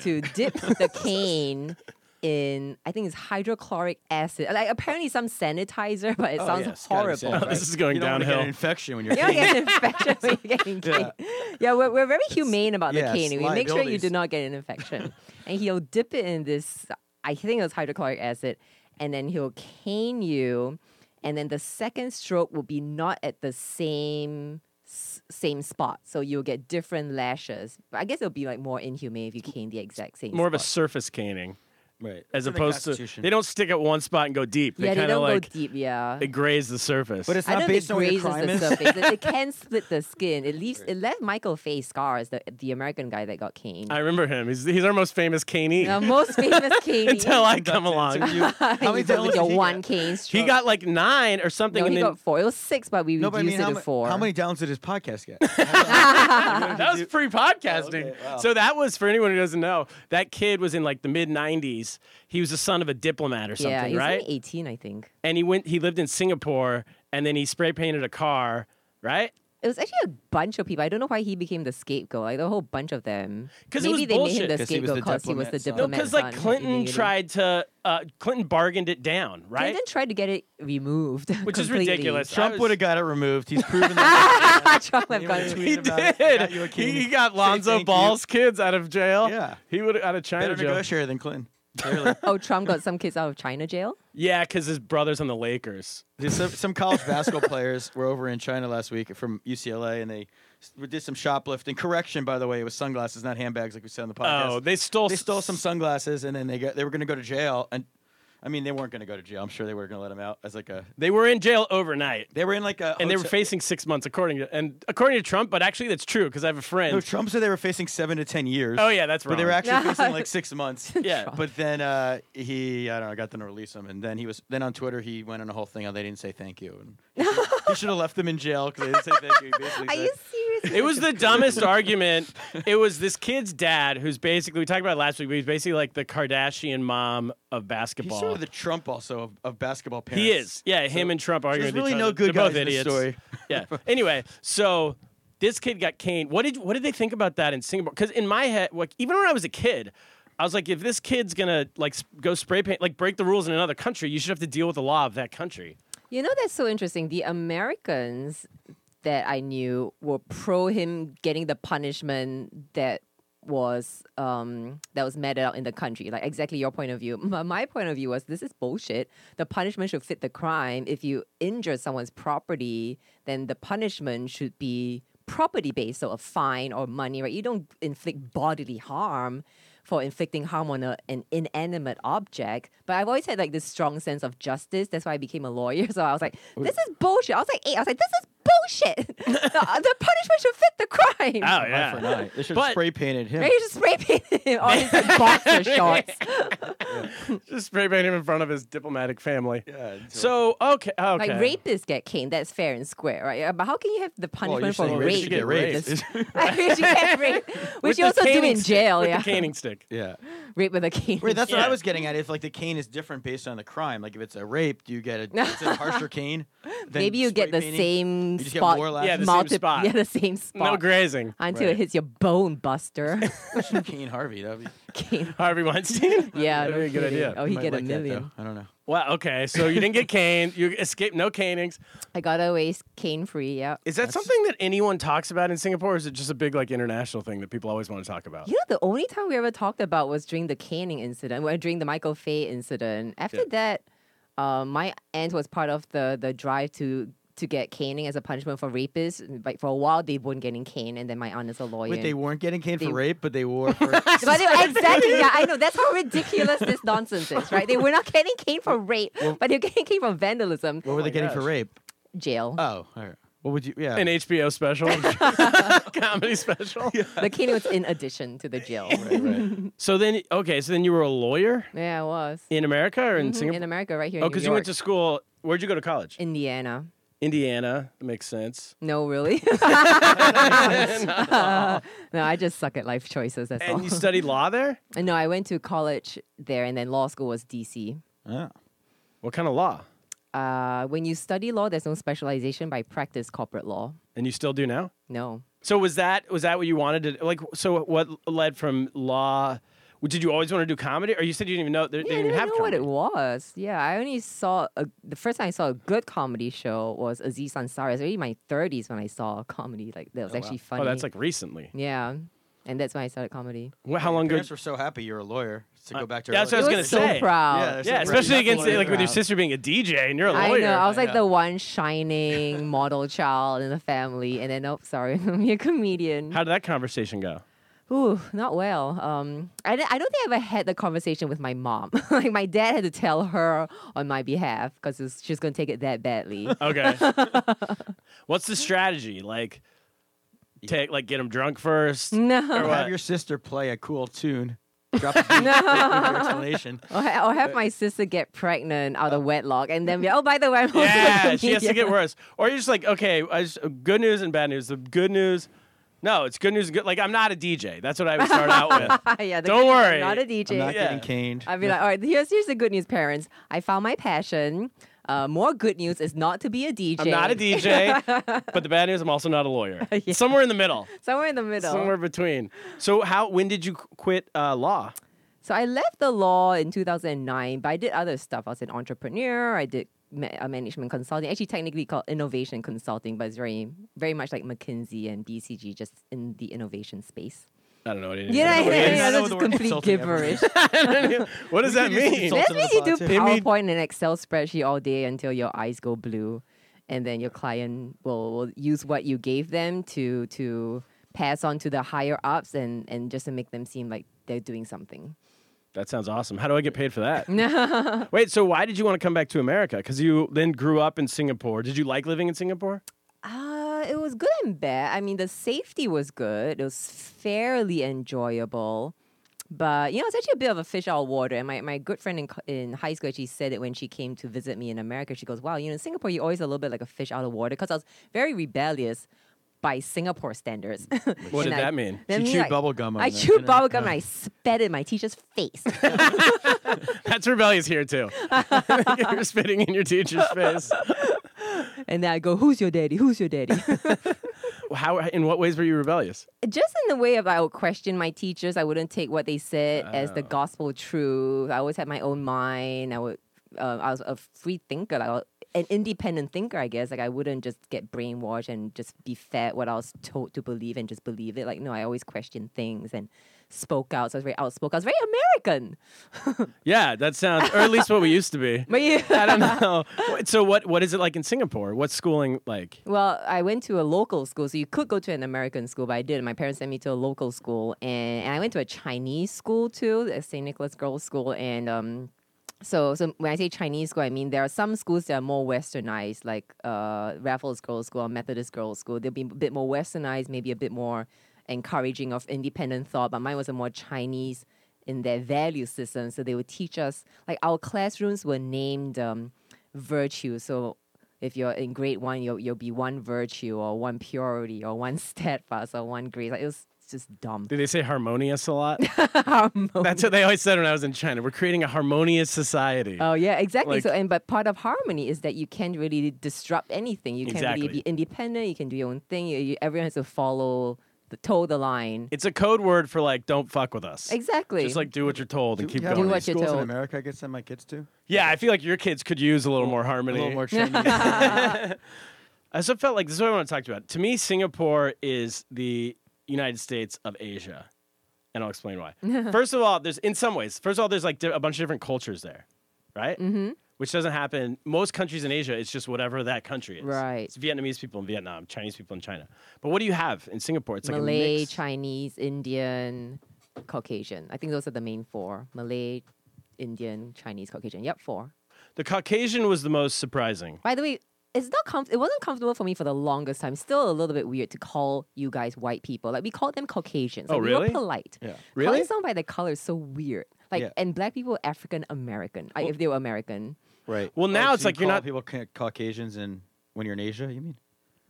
S4: to
S2: [laughs]
S4: dip the cane in, I think it's hydrochloric acid. Like apparently some sanitizer, but it
S2: Oh,
S4: sounds
S2: yeah, it's gotta be
S4: horrible.
S2: safe,
S1: [laughs]
S2: right?
S1: This is going
S2: you don't wanna Get
S1: downhill.
S2: an infection when you're
S4: You don't [laughs] get an infection when
S1: [laughs]
S4: you're getting cane. Yeah, we're, we're very humane about
S2: yeah,
S4: the
S2: it's
S4: cane. We make sure you
S2: liabilities.
S4: do not get an infection. and he'll dip it in this, I think it was hydrochloric acid, and then he'll cane you. And then the second stroke will be not at the same s- same spot, so you'll get different lashes. But I guess it'll be like more inhumane if you cane the exact same.
S1: More of a
S4: spot.
S1: surface caning
S2: right.
S1: as opposed to
S2: Constitution.
S1: they don't stick at one spot and go deep.
S4: yeah.
S1: they
S4: They
S1: kind of
S4: don't
S1: like
S4: go deep. Yeah.
S1: they graze the surface.
S2: But it's
S4: I
S2: not
S4: don't
S2: based on
S4: think
S2: what your crime
S4: grazes the
S2: is.
S4: [laughs] surface. it, it
S2: [laughs]
S4: can split the skin. It leaves it left Michael face scars. The the American guy that got caned.
S1: I remember him. He's he's our most famous caney [laughs]
S4: The most famous cane.
S1: until I come along.
S2: So you- how many
S4: with your
S2: downloads did he
S4: one
S2: get?
S4: cane
S1: He
S4: stroke.
S1: got like nine or something,
S4: no,
S1: and
S4: he
S1: then
S4: got four. It was six, but we
S2: No,
S4: reduced
S2: but I mean,
S4: it
S2: how,
S4: to
S2: ma-
S4: four.
S2: how many downs did his podcast
S4: [laughs]
S1: [laughs]
S2: get?
S1: that was pre-podcasting.
S2: Oh, okay, wow.
S1: So that was for anyone who doesn't know. That kid was in like the mid '90s. He was the son of a diplomat or something,
S4: Yeah, he was
S1: right?
S4: only eighteen, I think.
S1: And he went. He lived in Singapore, and then he spray painted a car, right?
S4: It was actually a bunch of people. I don't know why he became the scapegoat. Like the whole bunch of them.
S1: 'Cause it
S4: Maybe
S1: was
S4: they
S1: bullshit.
S4: made him the
S2: 'Cause he was
S4: scapegoat
S2: the
S4: because he was the
S2: diplomat son.
S1: No,
S4: diplomat.
S1: because like
S4: son.
S1: Clinton
S4: Yeah,
S1: tried to, uh, Clinton bargained it down, right?
S4: Clinton tried to get it removed,
S1: Which is
S4: completely.
S1: ridiculous.
S2: Trump
S1: was-
S2: would have got it removed. He's proven that.
S1: [laughs]
S4: [laughs] Trump have
S2: He
S4: gone
S2: would've
S4: through.
S2: tweeted
S1: He
S2: about it.
S1: did.
S2: got you a
S1: he,
S2: cane.
S1: he got
S2: Say
S1: Lonzo
S2: thank you.
S1: Ball's kids out of jail.
S2: Yeah.
S1: he would out of China
S2: Better
S1: jail.
S2: negotiator than Clinton. Clearly.
S4: Oh, Trump got some kids out of China jail.
S1: Yeah, because his brother's on the Lakers.
S2: There's some, some college
S4: [laughs]
S2: basketball players were over in China last week from UCLA, and they s- did some shoplifting. Correction, by the way, it was sunglasses, not handbags, like we said on the podcast.
S1: Oh, they stole.
S2: they stole some sunglasses, and then they got they were going to go to jail. And I mean, they weren't going to go to jail. I'm sure they were going to let them out as like a.
S1: They were in jail overnight,
S2: They were in like a.
S1: and they were
S2: hotel-
S1: facing six months according to and according to Trump. But actually, that's true because I have a friend.
S2: No, Trump said they were facing seven to ten years.
S1: Oh, yeah, that's
S2: But they were
S1: wrong.
S2: actually
S4: [laughs]
S2: facing like six months.
S1: [laughs] Yeah.
S2: But then uh, he, I don't know, got them to release him, and then he was then on Twitter he went on a whole thing. Oh, they didn't say thank you.
S4: [laughs]
S2: And he should- he should have left them in jail because they didn't say thank you. He basically
S4: Are
S2: said-
S4: you
S1: [laughs]
S4: serious?
S1: It was the dumbest argument. It was this kid's dad, who's basically we talked about it last week, but he's basically like the Kardashian mom of
S2: [laughs] He's
S1: basketball.
S2: sort of the Trump also of, of basketball parents.
S1: He is. Yeah, him and Trump arguing.
S2: there's
S1: with each
S2: really no
S1: other.
S2: good
S1: They're both
S2: guys in this
S1: idiots.
S2: story.
S1: yeah. [laughs] Anyway, so this kid got caned. What did what did they think about that in Singapore? Because in my head, like even when I was a kid, I was like, if this kid's gonna like s- go spray paint, like break the rules in another country, you should have to deal with the law of that country.
S4: You know, that's so interesting. The Americans that I knew were pro him getting the punishment that was um that was meted out in the country like exactly your point of view [laughs] my, my point of view was this is bullshit the punishment should fit the crime if you injure someone's property then the punishment should be property based so a fine or money right you don't inflict bodily harm for inflicting harm on a, an inanimate object. But I've always had like this strong sense of justice. That's why I became a lawyer. [laughs] So I was like,
S1: Oh,
S4: this is bullshit. I was like eight. I was like, this is bullshit. [laughs] the, uh, the punishment should fit the crime.
S1: Oh
S2: Eye for an
S1: yeah. [laughs]
S2: eye. They should
S1: But-
S2: have spray painted him.
S4: Maybe you should spray paint him [laughs] on his
S1: [laughs]
S4: like, boxer shorts.
S1: Just spray paint him in front of his diplomatic family.
S2: Yeah,
S1: So okay, okay.
S4: Like rapists get caned. That's fair and square, right? Uh, But how can you have the
S2: well, you're
S4: punishment
S2: saying
S4: for
S2: rape
S1: raped,
S4: rape?
S2: should
S1: get
S2: get
S1: [laughs] raped.
S2: raped.
S4: I wish [laughs] you get raped,
S1: With
S4: which you
S1: the
S4: also do
S1: caning
S4: in
S1: stick-
S4: jail.
S1: with
S4: yeah.
S1: the caning stick.
S4: [laughs]
S1: like.
S2: Yeah.
S4: rape with a cane.
S2: Wait, that's what
S1: Yeah.
S2: I was getting at. If like the cane is different based on the crime, like if it's a rape, do you get a, is it a
S4: [laughs]
S2: harsher cane? than
S4: Maybe you
S2: spray
S4: get the
S2: painting?
S4: same
S2: You just get
S4: spot.
S2: more laughs?
S1: Yeah, the same
S4: multi-
S1: spot.
S4: Yeah, the same spot.
S1: [laughs] No grazing.
S4: Until
S2: Right.
S4: it hits your bone
S2: [laughs]
S4: buster. [laughs]
S2: Kane Harvey. That'd be
S4: Cane.
S1: Harvey Weinstein.
S4: [laughs] Yeah,
S1: That'd
S4: no
S1: be a good
S4: kidding.
S1: idea.
S4: Oh, he
S2: might
S4: get
S2: like
S4: a
S2: that, though.
S4: million.
S2: I don't know.
S1: Wow. Okay. So you didn't get caned. You escaped no canings.
S4: I got away s- cane free. Yeah.
S1: Is that something that anyone talks about in Singapore, or is it just a big like international thing that people always want to talk about?
S4: You know, the only time we ever talked about was during the caning incident, well, during the Michael Fay incident. After that, uh, my aunt was part of the the drive to to get caning as a punishment for rapists. And, Like for a while, they weren't getting caned, and then my aunt is a lawyer.
S2: Wait, they weren't getting cane
S4: They- Oh
S2: for rape, but they
S4: [laughs]
S2: wore. For...
S4: But they- exactly, yeah, I know. That's how ridiculous this nonsense is, right? They were not getting caned for rape, but they were getting caned for vandalism.
S2: what were they getting for
S1: gosh.
S2: rape?
S4: Jail.
S1: uh,
S2: Oh, all right. What would you? Yeah.
S1: An HBO
S4: [laughs]
S1: special, [laughs] comedy special.
S4: the caning was in addition to
S1: [laughs]
S4: the jail.
S2: Right, right.
S1: So then, okay, so then you were a lawyer
S4: Yeah, it was.
S1: in America or in
S4: Mhm,
S1: Singapore?
S4: In America, right here.
S1: oh,
S4: because
S1: you went to school. Where'd you go to college?
S4: Indiana.
S1: Indiana. That makes sense.
S4: [laughs] No,
S1: [laughs]
S4: really. no, I just suck at life choices. That's
S1: And
S4: all.
S1: you studied law there?
S4: [laughs] no, I went to college there, and then law school was DC.
S2: Yeah.
S1: What kind of law?
S4: Uh, when you study law, there's no specialization, but I practice corporate law.
S1: And you still do now?
S4: No,
S1: So was that was that what you wanted to like? So what led from law? Did you always want to do comedy, or you said you didn't even know they, they
S4: yeah, I
S1: didn't even
S4: didn't
S1: have
S4: know what
S1: comedy?
S4: it was. Yeah, I only saw a, the first time I saw a good comedy show was Aziz Ansari. I was already in my 30s when I saw a comedy like that was actually funny.
S1: oh, that's like recently.
S4: yeah, and that's when I started comedy.
S1: Wha- how long
S2: Your
S1: ago?
S2: parents were so happy you're a lawyer to go back to.
S1: Uh, that's
S2: earlier.
S1: what I was
S4: They
S1: gonna
S4: were so
S1: say.
S4: proud.
S2: Yeah, that's
S1: Yeah,
S2: Right.
S1: especially
S2: That's
S1: against
S2: lawyer
S1: like with your
S2: crowd.
S1: sister being a DJ and you're a lawyer.
S4: I know. I was like
S2: Yeah.
S4: the
S1: [laughs]
S4: one shining model child in the family, and then oh, sorry, [laughs] I'm a comedian.
S1: How did that conversation go?
S4: Ooh, not well. Um, I, don't- I don't think I ever had the conversation with my mom. [laughs] like my dad had to tell her on my behalf because she's gonna take it
S1: [laughs]
S4: that badly. [laughs]
S1: Okay. What's the strategy? Like, take like get them drunk first.
S4: no,
S2: Or
S1: Or what?
S2: have your sister play a cool
S4: [laughs]
S2: tune. Drop a beat, give your explanation.
S4: or, ha- or
S1: Uh,
S4: have my sister get pregnant out of wedlock, and
S1: [laughs]
S4: then be oh by the way, I'm also
S1: [laughs]
S4: a
S1: Yeah, she has to
S4: [laughs]
S1: get
S4: comedian."
S1: worse. Or you're just like, okay, I just, good news and bad news. The good news, no, it's good news. Good, like I'm not a DJ. That's what I would start out
S4: [laughs]
S1: with.
S4: yeah, the
S1: Don't
S4: good-
S1: worry.
S4: not a
S1: I'm
S4: DJ.
S2: I'm not
S1: Yeah.
S2: getting caned.
S4: I'd be like, all right, here's, here's the good news, parents. I found my passion. Uh, more good news is not to be a DJ.
S1: I'm not a DJ, but the bad news, I'm also not a
S4: [laughs]
S1: lawyer. Somewhere in the middle,
S4: Somewhere in the middle.
S1: somewhere between. So how? When did you qu- quit uh, law?
S4: So I left the law in 2009, but I did other stuff. I was an entrepreneur. I did ma- uh, management consulting, actually technically called innovation consulting, but it's very, very much like McKinsey and BCG, just in the innovation space.
S1: I don't know what it is.
S4: Yeah, yeah,
S2: know
S4: yeah,
S2: the
S4: yeah,
S2: word
S4: that's just complete
S2: consulting ever.
S4: gibberish.
S1: [laughs] What
S4: [laughs]
S1: does that mean?
S4: That's
S2: Consulting
S4: when
S2: on
S4: you
S2: the
S4: do
S2: pod, too. I
S1: mean-
S4: PowerPoint and Excel spreadsheet all day until your eyes go blue, and then your client will, will use what you gave them to to pass on to the higher ups and and just to make them seem like they're doing something.
S1: That sounds awesome. How do I get paid for that? [laughs] Wait, so why did you want to come back to America? Because you then grew up in Singapore. Did you like living in Singapore?
S4: Uh, it was good and bad. I mean, the safety was good. It was fairly enjoyable. But, you know, it's actually a bit of a fish out of water. And my, my good friend in, co- in high school actually said it when she came to visit me in America. She goes, wow, you know, in Singapore, you're always a little bit like a fish out of water because I was very rebellious by Singapore standards. [laughs]
S1: What did that mean?
S2: She chewed bubble gum on
S4: I
S2: the
S4: chewed
S2: internet.
S4: bubble gum and I spat in my teacher's
S2: [laughs]
S4: face.
S1: [laughs] That's rebellious here too. [laughs] You're spitting in your teacher's face.
S4: and then I go, who's your daddy? Who's your daddy?
S1: How? In what ways were you rebellious?
S4: just in the way of I would question my teachers. I wouldn't take what they said as the gospel truth. I always had my own mind. I would. Uh, I was a free thinker, like, an independent thinker, I guess. Like I wouldn't just get brainwashed and just be fed what I was told to believe and just believe it. Like no, I always questioned things and spoke out. So I was very outspoken. I was very American.
S1: Yeah, that sounds, or at least what we used to be.
S4: But yeah.
S1: [laughs]
S4: [laughs]
S1: I don't know. Wait, So what? What is it like in Singapore? What's schooling like?
S4: Well, I went to a local school, so you could go to an American school, but I did. My parents sent me to a local school, and, and I went to a Chinese school too, a Saint Nicholas Girls School, and um, so so when I say Chinese school, I mean there are some schools that are more westernized, like uh, Raffles Girls School or Methodist Girls School. They'll be a bit more westernized, maybe a bit more encouraging of independent thought, but mine was a more Chinese in their value system. So they would teach us, like our classrooms were named um, virtue. So if you're [laughs] in grade one, you'll, you'll be one virtue or one purity or one steadfast or one grace. Like it was It's just dumb.
S1: Did they say harmonious a [laughs] lot?
S4: Harmon-
S1: That's what they always said when I was in China. We're creating a harmonious society.
S4: Oh yeah, exactly.
S1: Like-
S4: so and but part of harmony is that you can't really disrupt anything. You can't
S1: Exactly.
S4: really be independent. You can do your own thing. You, you, everyone has to follow the toe the line.
S1: it's a code word for like, don't fuck with us.
S4: exactly.
S1: Just like do what you're told and keep
S2: you have
S1: going.
S2: any
S4: what you're
S2: schools in
S4: told.
S2: America I could send my kids to?
S1: Yeah, I feel like your kids could use a little more harmony.
S2: A little more
S4: [laughs]
S2: training.
S1: I also felt like this is what I want to talk to you about. To me, Singapore is the United States of Asia, and I'll explain why. first of all, there's in some ways. First of all, there's like di- a bunch of different cultures there, right? Mm-hmm. Which doesn't happen most countries in Asia. It's just whatever that country is.
S4: Right.
S1: It's Vietnamese people in Vietnam, Chinese people in China. But what do you have in Singapore? It's like a
S4: Malay,
S1: mix.
S4: Chinese, Indian, Caucasian. I think those are the main four: Malay, Indian, Chinese, Caucasian. Yep, four.
S1: The Caucasian was the most surprising.
S4: By the way, it's not comf- it wasn't comfortable for me for the longest time. Still a little bit weird to call you guys white people. Like we called them Caucasians.
S1: Oh,
S4: Like, We
S1: really?
S4: were polite.
S1: Yeah. Really?
S4: Calling someone by their color is so weird. Like
S2: Yeah.
S4: and black people African American. Like if they were American.
S2: right.
S1: Well, now
S2: so
S1: it's
S2: you
S1: like you're
S2: call
S1: not-
S2: people ca- Caucasians, and when you're in Asia, you mean?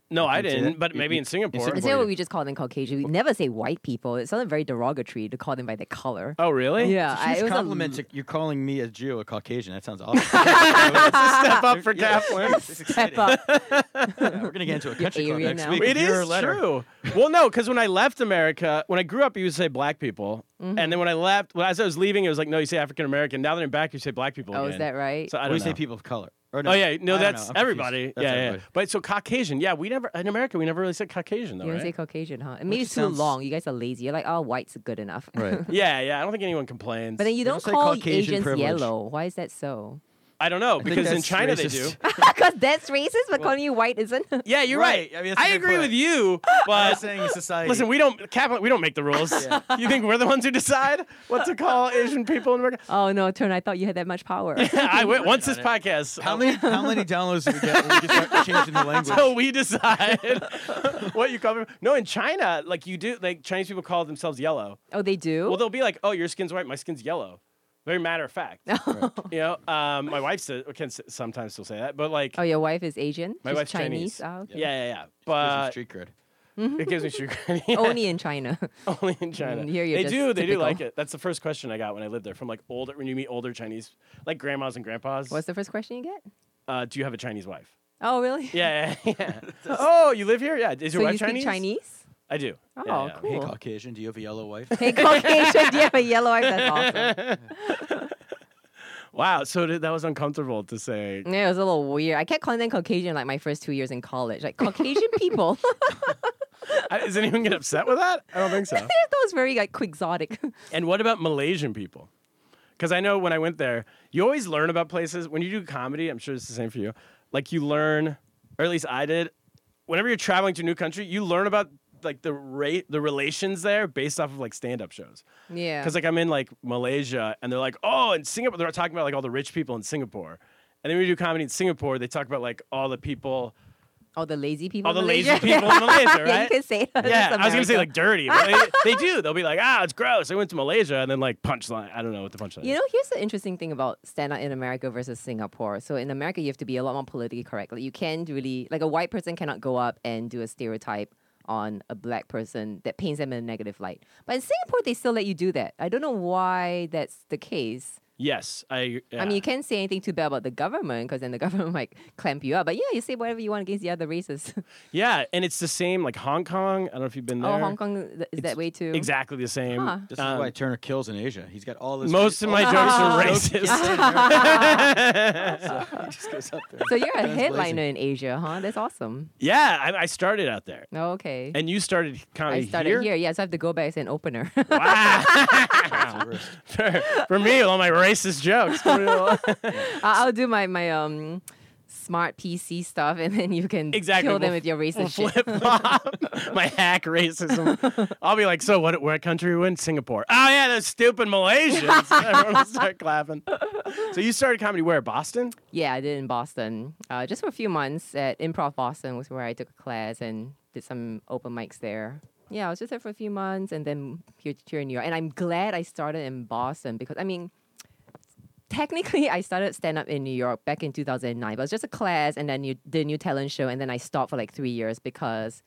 S1: No, I
S2: didn't see
S1: didn't.
S2: that.
S1: But
S2: You-
S1: maybe
S2: you-
S1: in
S2: in
S1: Singapore.
S2: Singapore-
S4: Instead of what we just call them Caucasian, we never say white people. It sounded very derogatory to call them by their color.
S1: Oh, really?
S4: Yeah,
S2: It's a
S4: I-
S2: huge
S4: it was a
S2: compliment
S4: l-
S2: to- you're calling me a Jew, a Caucasian. That
S4: [laughs]
S1: [laughs]
S2: sounds awesome. Yeah,
S1: Step up for
S2: [laughs]
S1: Kaplan.
S2: Oh,
S4: Step up.
S2: we're gonna get into a country club
S4: Aryan
S2: next
S4: now.
S2: week.
S1: [laughs] It
S2: [laughs] if you're a
S1: is
S2: letter.
S1: true. Well, no, because when I left America, when I grew up, you would say black people,
S2: Mm-hmm.
S1: and then when I left, well, as I was leaving, it was like, no, you say African American. Now that I'm back, you say black people.
S4: Oh,
S1: again.
S4: is that right?
S1: So I
S2: Or
S1: don't
S2: you say
S1: know.
S2: people of color. Or
S1: Oh yeah, no,
S2: I
S1: that's
S2: don't know. I'm confused.
S1: everybody. yeah,
S2: That's
S1: yeah.
S2: everybody.
S1: But so Caucasian, yeah, we never in America we never really said Caucasian though,
S4: you don't say
S1: right?
S4: Caucasian, huh? And maybe
S2: Which
S4: it's too
S2: sounds-
S4: long. You guys are lazy. You're like, oh, white's good enough.
S1: [laughs]
S4: [laughs]
S2: Right.
S1: yeah, Uh, yeah. I don't think anyone complains.
S4: but then you
S2: They
S4: don't,
S2: don't say
S4: call
S2: Caucasian
S4: Asians
S2: privilege.
S4: yellow. Why is that so? [laughs]
S1: I don't know
S2: I think
S1: because in
S2: that's
S1: China they do.
S2: racist. [laughs]
S4: Because that's racist, but calling you white isn't. [laughs]
S1: Yeah, you're right.
S2: Right. I mean, that's a
S1: I
S2: good
S1: agree
S2: point.
S1: with
S2: [laughs]
S1: you,
S2: I'm
S1: but
S2: not saying society.
S1: Listen, we don't Kaplan, we don't make the
S2: [laughs]
S1: rules. You think we're the ones who decide what to call Asian people in America?
S4: Oh no, Turn! I thought you had that much
S1: [laughs]
S4: power.
S1: I went once this podcast.
S2: how many how
S1: [laughs]
S2: many downloads did we get when we just start changing the language?
S1: So we
S4: [laughs]
S1: decide what you call them. No, in China, like you do, like Chinese people call themselves yellow.
S4: oh, they do.
S1: Well, they'll be like, "Oh, your skin's white, my skin's yellow." Very matter of
S4: [laughs]
S1: fact. You know, um, my wife says, can s- sometimes still say that, but like,
S4: oh, your wife is Asian.
S1: my
S4: She's
S1: wife's
S4: Chinese.
S1: Chinese.
S4: Oh, okay.
S1: Yeah, yeah, yeah.
S2: Gives them
S1: But
S2: street cred.
S1: it gives me sugar. yeah,
S4: [laughs] Only in
S1: [laughs]
S4: China.
S1: only in China.
S4: Mm, here you're
S1: they
S4: just
S1: do, they do
S4: typical.
S1: like it. That's the first question I got when I lived there from like older, when you meet older Chinese, like grandmas and grandpas.
S4: What's the first question you get?
S1: uh, do you have a Chinese wife?
S4: Oh, really?
S1: Yeah, yeah.
S4: [laughs]
S1: yeah. oh, you live here? Yeah. Is your
S4: so
S1: wife
S4: you
S1: Chinese?
S4: speak Chinese?
S1: I do. Yeah,
S4: Oh,
S1: yeah.
S2: Hey,
S4: Cool.
S2: Caucasian, do you have a yellow wife?
S4: Hey, Caucasian, do you have a yellow eye?
S1: [laughs]
S4: That's awesome.
S1: Wow, so th- that was uncomfortable to say.
S4: Yeah, it was a little weird. I kept calling them Caucasian like my first two years in college. Like Caucasian people. [laughs]
S1: I- Is anyone get upset with that? I don't think so.
S4: that was very like quixotic.
S1: [laughs] And what about Malaysian people? Because I know when I went there, you always learn about places. When you do comedy, I'm sure it's the same for you. Like you learn, or at least I did. Whenever you're traveling to a new country, you learn about like the rate, the relations there based off of like stand-up shows.
S4: yeah.
S1: Because like I'm in like Malaysia, and they're like, oh, in Singapore, they're talking about like all the rich people in Singapore. And then when you do comedy in Singapore, they talk about like all the people,
S4: [laughs] all the lazy people.
S1: all the
S4: in
S1: lazy
S4: Malaysia.
S1: people
S4: [laughs]
S1: in Malaysia, right?
S4: yeah, you can say [laughs] that.
S1: Yeah,
S4: It's
S1: I was gonna say
S4: America.
S1: like dirty. but
S4: [laughs]
S1: they, they do. They'll be like, ah, it's gross. I went to Malaysia and then like punchline. I don't know what the punchline.
S4: You
S1: is.
S4: know, here's the interesting thing about stand up in America versus Singapore. So in America, you have to be a lot more politically correct. Like you can really like a white person cannot go up and do a stereotype on a black person that paints them in a negative light. But in Singapore, they still let you do that. I don't know why that's the case.
S1: Yes, I. Yeah.
S4: I mean, you can't say anything too bad about the government because then the [laughs] government might clamp you up. But yeah, you say whatever you want against the other races. [laughs]
S1: yeah, and it's the same like Hong Kong. I don't know if you've been there.
S4: oh, Hong Kong th- is that way too?
S1: Exactly the same.
S4: Huh.
S2: This is
S1: Um,
S2: why Turner kills in Asia. He's got all this.
S1: most of my
S2: all [laughs]
S1: jokes are
S2: these
S1: racist. [laughs]
S2: jokes- he just goes up there.
S4: So you're a
S2: That's lazy.
S4: headliner in Asia, huh? That's awesome.
S1: yeah, I, I started out there,
S4: Okay.
S1: and you started comedy
S4: Mm-hmm. I started here. yeah, so I have to go back as an opener. [laughs]
S1: Wow.
S2: It's the worst.
S1: [laughs] for, for me, all my racist jokes.
S4: [laughs] I- I'll do my my um smart PC stuff, and then you can
S1: Exactly,
S4: kill them
S1: we'll-
S4: with your racist shit.
S1: flip flop. [laughs] My hack racism. I'll be like, so what? What country we in? Singapore. Oh yeah, those stupid Malaysians. [laughs] Everyone will start clapping. So you started comedy where? Boston.
S4: Yeah, I did in Boston, uh, just for a few months at Improv Boston was where I took a class and did some open mics there. Yeah, I was just there for a few months, and then here here in New York. And I'm glad I started in Boston because I mean. Technically, [laughs] I started stand up in New York back in 2009, but it was just a class, and then you did a new talent show, and then I stopped for like three years because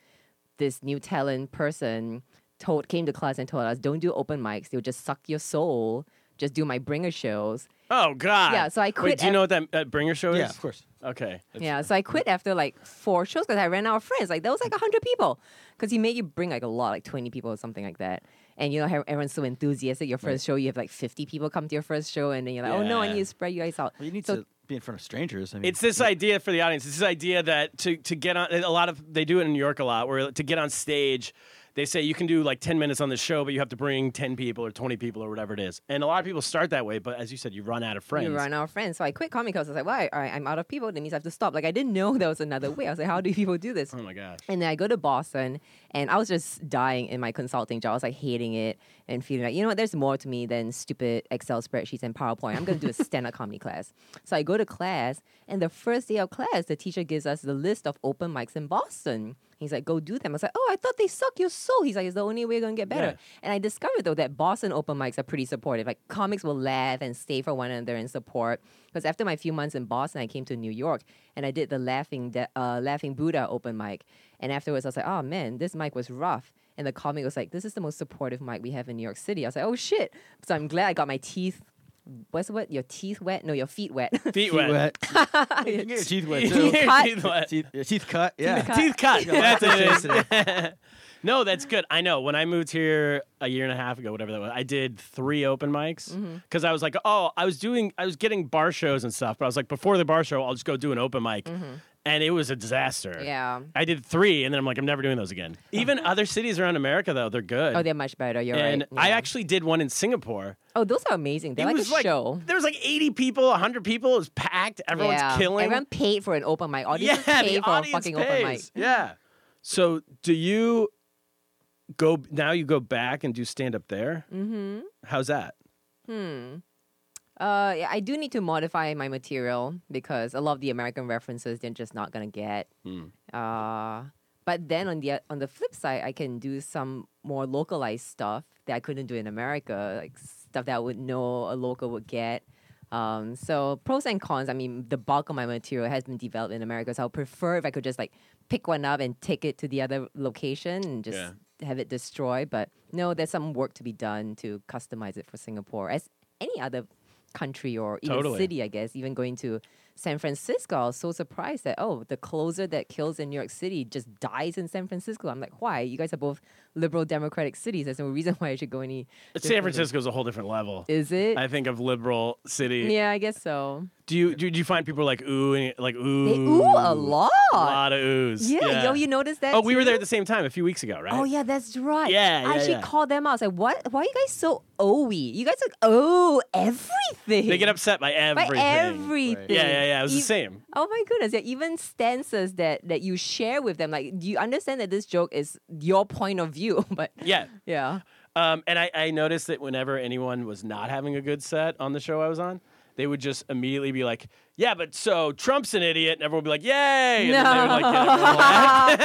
S4: this new talent person told came to class and told us, don't do open mics. They'll just suck your soul. Just do my bringer shows.
S1: Oh God.
S4: Yeah, so I
S1: Wait,
S4: quit
S1: do you
S4: ev-
S1: know what that uh, bringer show is?
S2: Yeah, of course.
S1: Okay.
S4: yeah, so I quit after like four shows because I ran out of friends. Like that was like hundred people, because you made you bring like a lot, like twenty people or something like that. And you know how everyone's so enthusiastic. Your first show, you have like fifty people come to your first show, and then you're like, oh no, I
S1: Yeah.
S4: need to spread you guys out.
S2: Well, you need
S4: so
S2: to be in front of strangers. I mean, [laughs]
S1: It's this idea for the audience. It's this idea that to, to get on a lot of they do it in New York a lot, where to get on stage, they say you can do like ten minutes on the show, but you have to bring ten people or twenty people or whatever it is. And a lot of people start that way, but as you said, you run out of friends.
S4: You run out of friends. So I quit comedy because I was like, why? All right, I'm out of people. That means I have to stop. Like, I didn't know there was another way. I was like, how do people do this?
S1: Oh my gosh.
S4: And then I go to Boston and I was just dying in my consulting job. I was like hating it and feeling like, you know what, there's more to me than stupid Excel spreadsheets and PowerPoint. I'm going to do a stand up comedy class. So I go to class, and the first day of class, the teacher gives us the list of open mics in Boston. He's like, go do them. I was like, oh, I thought they suck your soul. He's like, it's the only way you're going to get better. And I discovered, though, that Boston open mics are pretty supportive. Like, comics will laugh and stay for one another and support. Because after my few months in Boston, I came to New York and I did the Laughing, De- uh, Laughing Buddha open mic. And afterwards, I was like, oh man, this mic was rough. And the comic was like, this is the most supportive mic we have in New York City. I was like, oh shit. So I'm glad I got my teeth. What's what? Your teeth wet? No, your feet wet. [laughs]
S1: Feet
S2: teeth
S1: wet.
S2: wet. You can get [laughs] your
S1: [laughs]
S2: teeth wet too.
S1: Teeth
S4: Cut.
S1: wet.
S2: teeth, your teeth cut. Yeah.
S4: cut.
S1: Teeth cut.
S2: Yeah,
S1: [laughs] That's
S2: lots
S1: it.
S2: of teeth
S1: No, that's good. I know. When I moved here a year and a half ago, whatever that was, I did three open mics
S4: Mm-hmm.
S1: because I was like, oh, I was doing, I was getting bar shows and stuff, but I was like, before the bar show, I'll just go do an open mic. And it was a disaster.
S4: Mm-hmm. Yeah.
S1: I did three, and then I'm like, I'm never doing those again.
S4: [laughs]
S1: Even other cities around America, though, they're good.
S4: oh, they're much better. You're
S1: and
S4: right.
S1: I
S4: Yeah.
S1: actually did one in Singapore.
S4: Oh, those are amazing. They're
S1: it
S4: like
S1: was
S4: a show.
S1: There was like 80 people, 100 people. It was packed. Everyone's
S4: yeah.
S1: killing.
S4: Everyone paid for an open mic. Audiences
S1: yeah,
S4: pay
S1: the
S4: for a
S1: audience
S4: fucking open mic.
S1: pays. Yeah. So do you go now? You go back and do stand up there. Mm-hmm. How's that?
S4: Uh, yeah, I do need to modify my material because a lot of the American references they're just not gonna get. Uh, but then on the on the flip side, I can do some more localized stuff that I couldn't do in America, like stuff that I would know a local would get. Um, so pros and cons. I mean, the bulk of my material has been developed in America, so I would prefer if I could just like pick one up and take it to the other location and just
S1: Yeah.
S4: have it destroyed. But no, there's some work to be done to customize it for Singapore, as any other country or even
S1: Totally.
S4: city, I guess. Even going to San Francisco, I was so surprised that oh, the closer that kills in New York City just dies in San Francisco. I'm like, why? You guys are both liberal democratic cities. There's no reason [laughs] why I should go any.
S1: San
S4: differently."
S1: Francisco's a whole different level.
S4: Is it?
S1: I think of liberal city.
S4: yeah, I guess so.
S1: Do you do, do you find people like ooh and like ooh?
S4: They ooh a lot.
S1: A lot of oohs.
S4: Yeah, yo, you noticed that?
S1: Oh, we were there
S4: too?
S1: at the same time a few weeks ago, right?
S4: Oh yeah, that's right.
S1: Yeah, yeah,
S4: I actually
S1: yeah.
S4: called them out. I was like, "What? Why are you guys so oey? You guys like oh everything.
S1: They get upset by
S4: by
S1: everything.
S4: everything.
S1: Yeah, yeah, yeah. It was the
S4: Ev-
S1: same.
S4: Oh my goodness! Yeah, even stances that that you share with them. Like, do you understand that this joke is your point of view? [laughs] But
S1: Yeah.
S4: yeah,
S1: Um, and I, I noticed that whenever anyone was not having a good set on the show I was on, they would just immediately be like, "Yeah, but so Trump's an idiot," and everyone would be like, "Yay!" And then they would, like, get up and [laughs] laugh.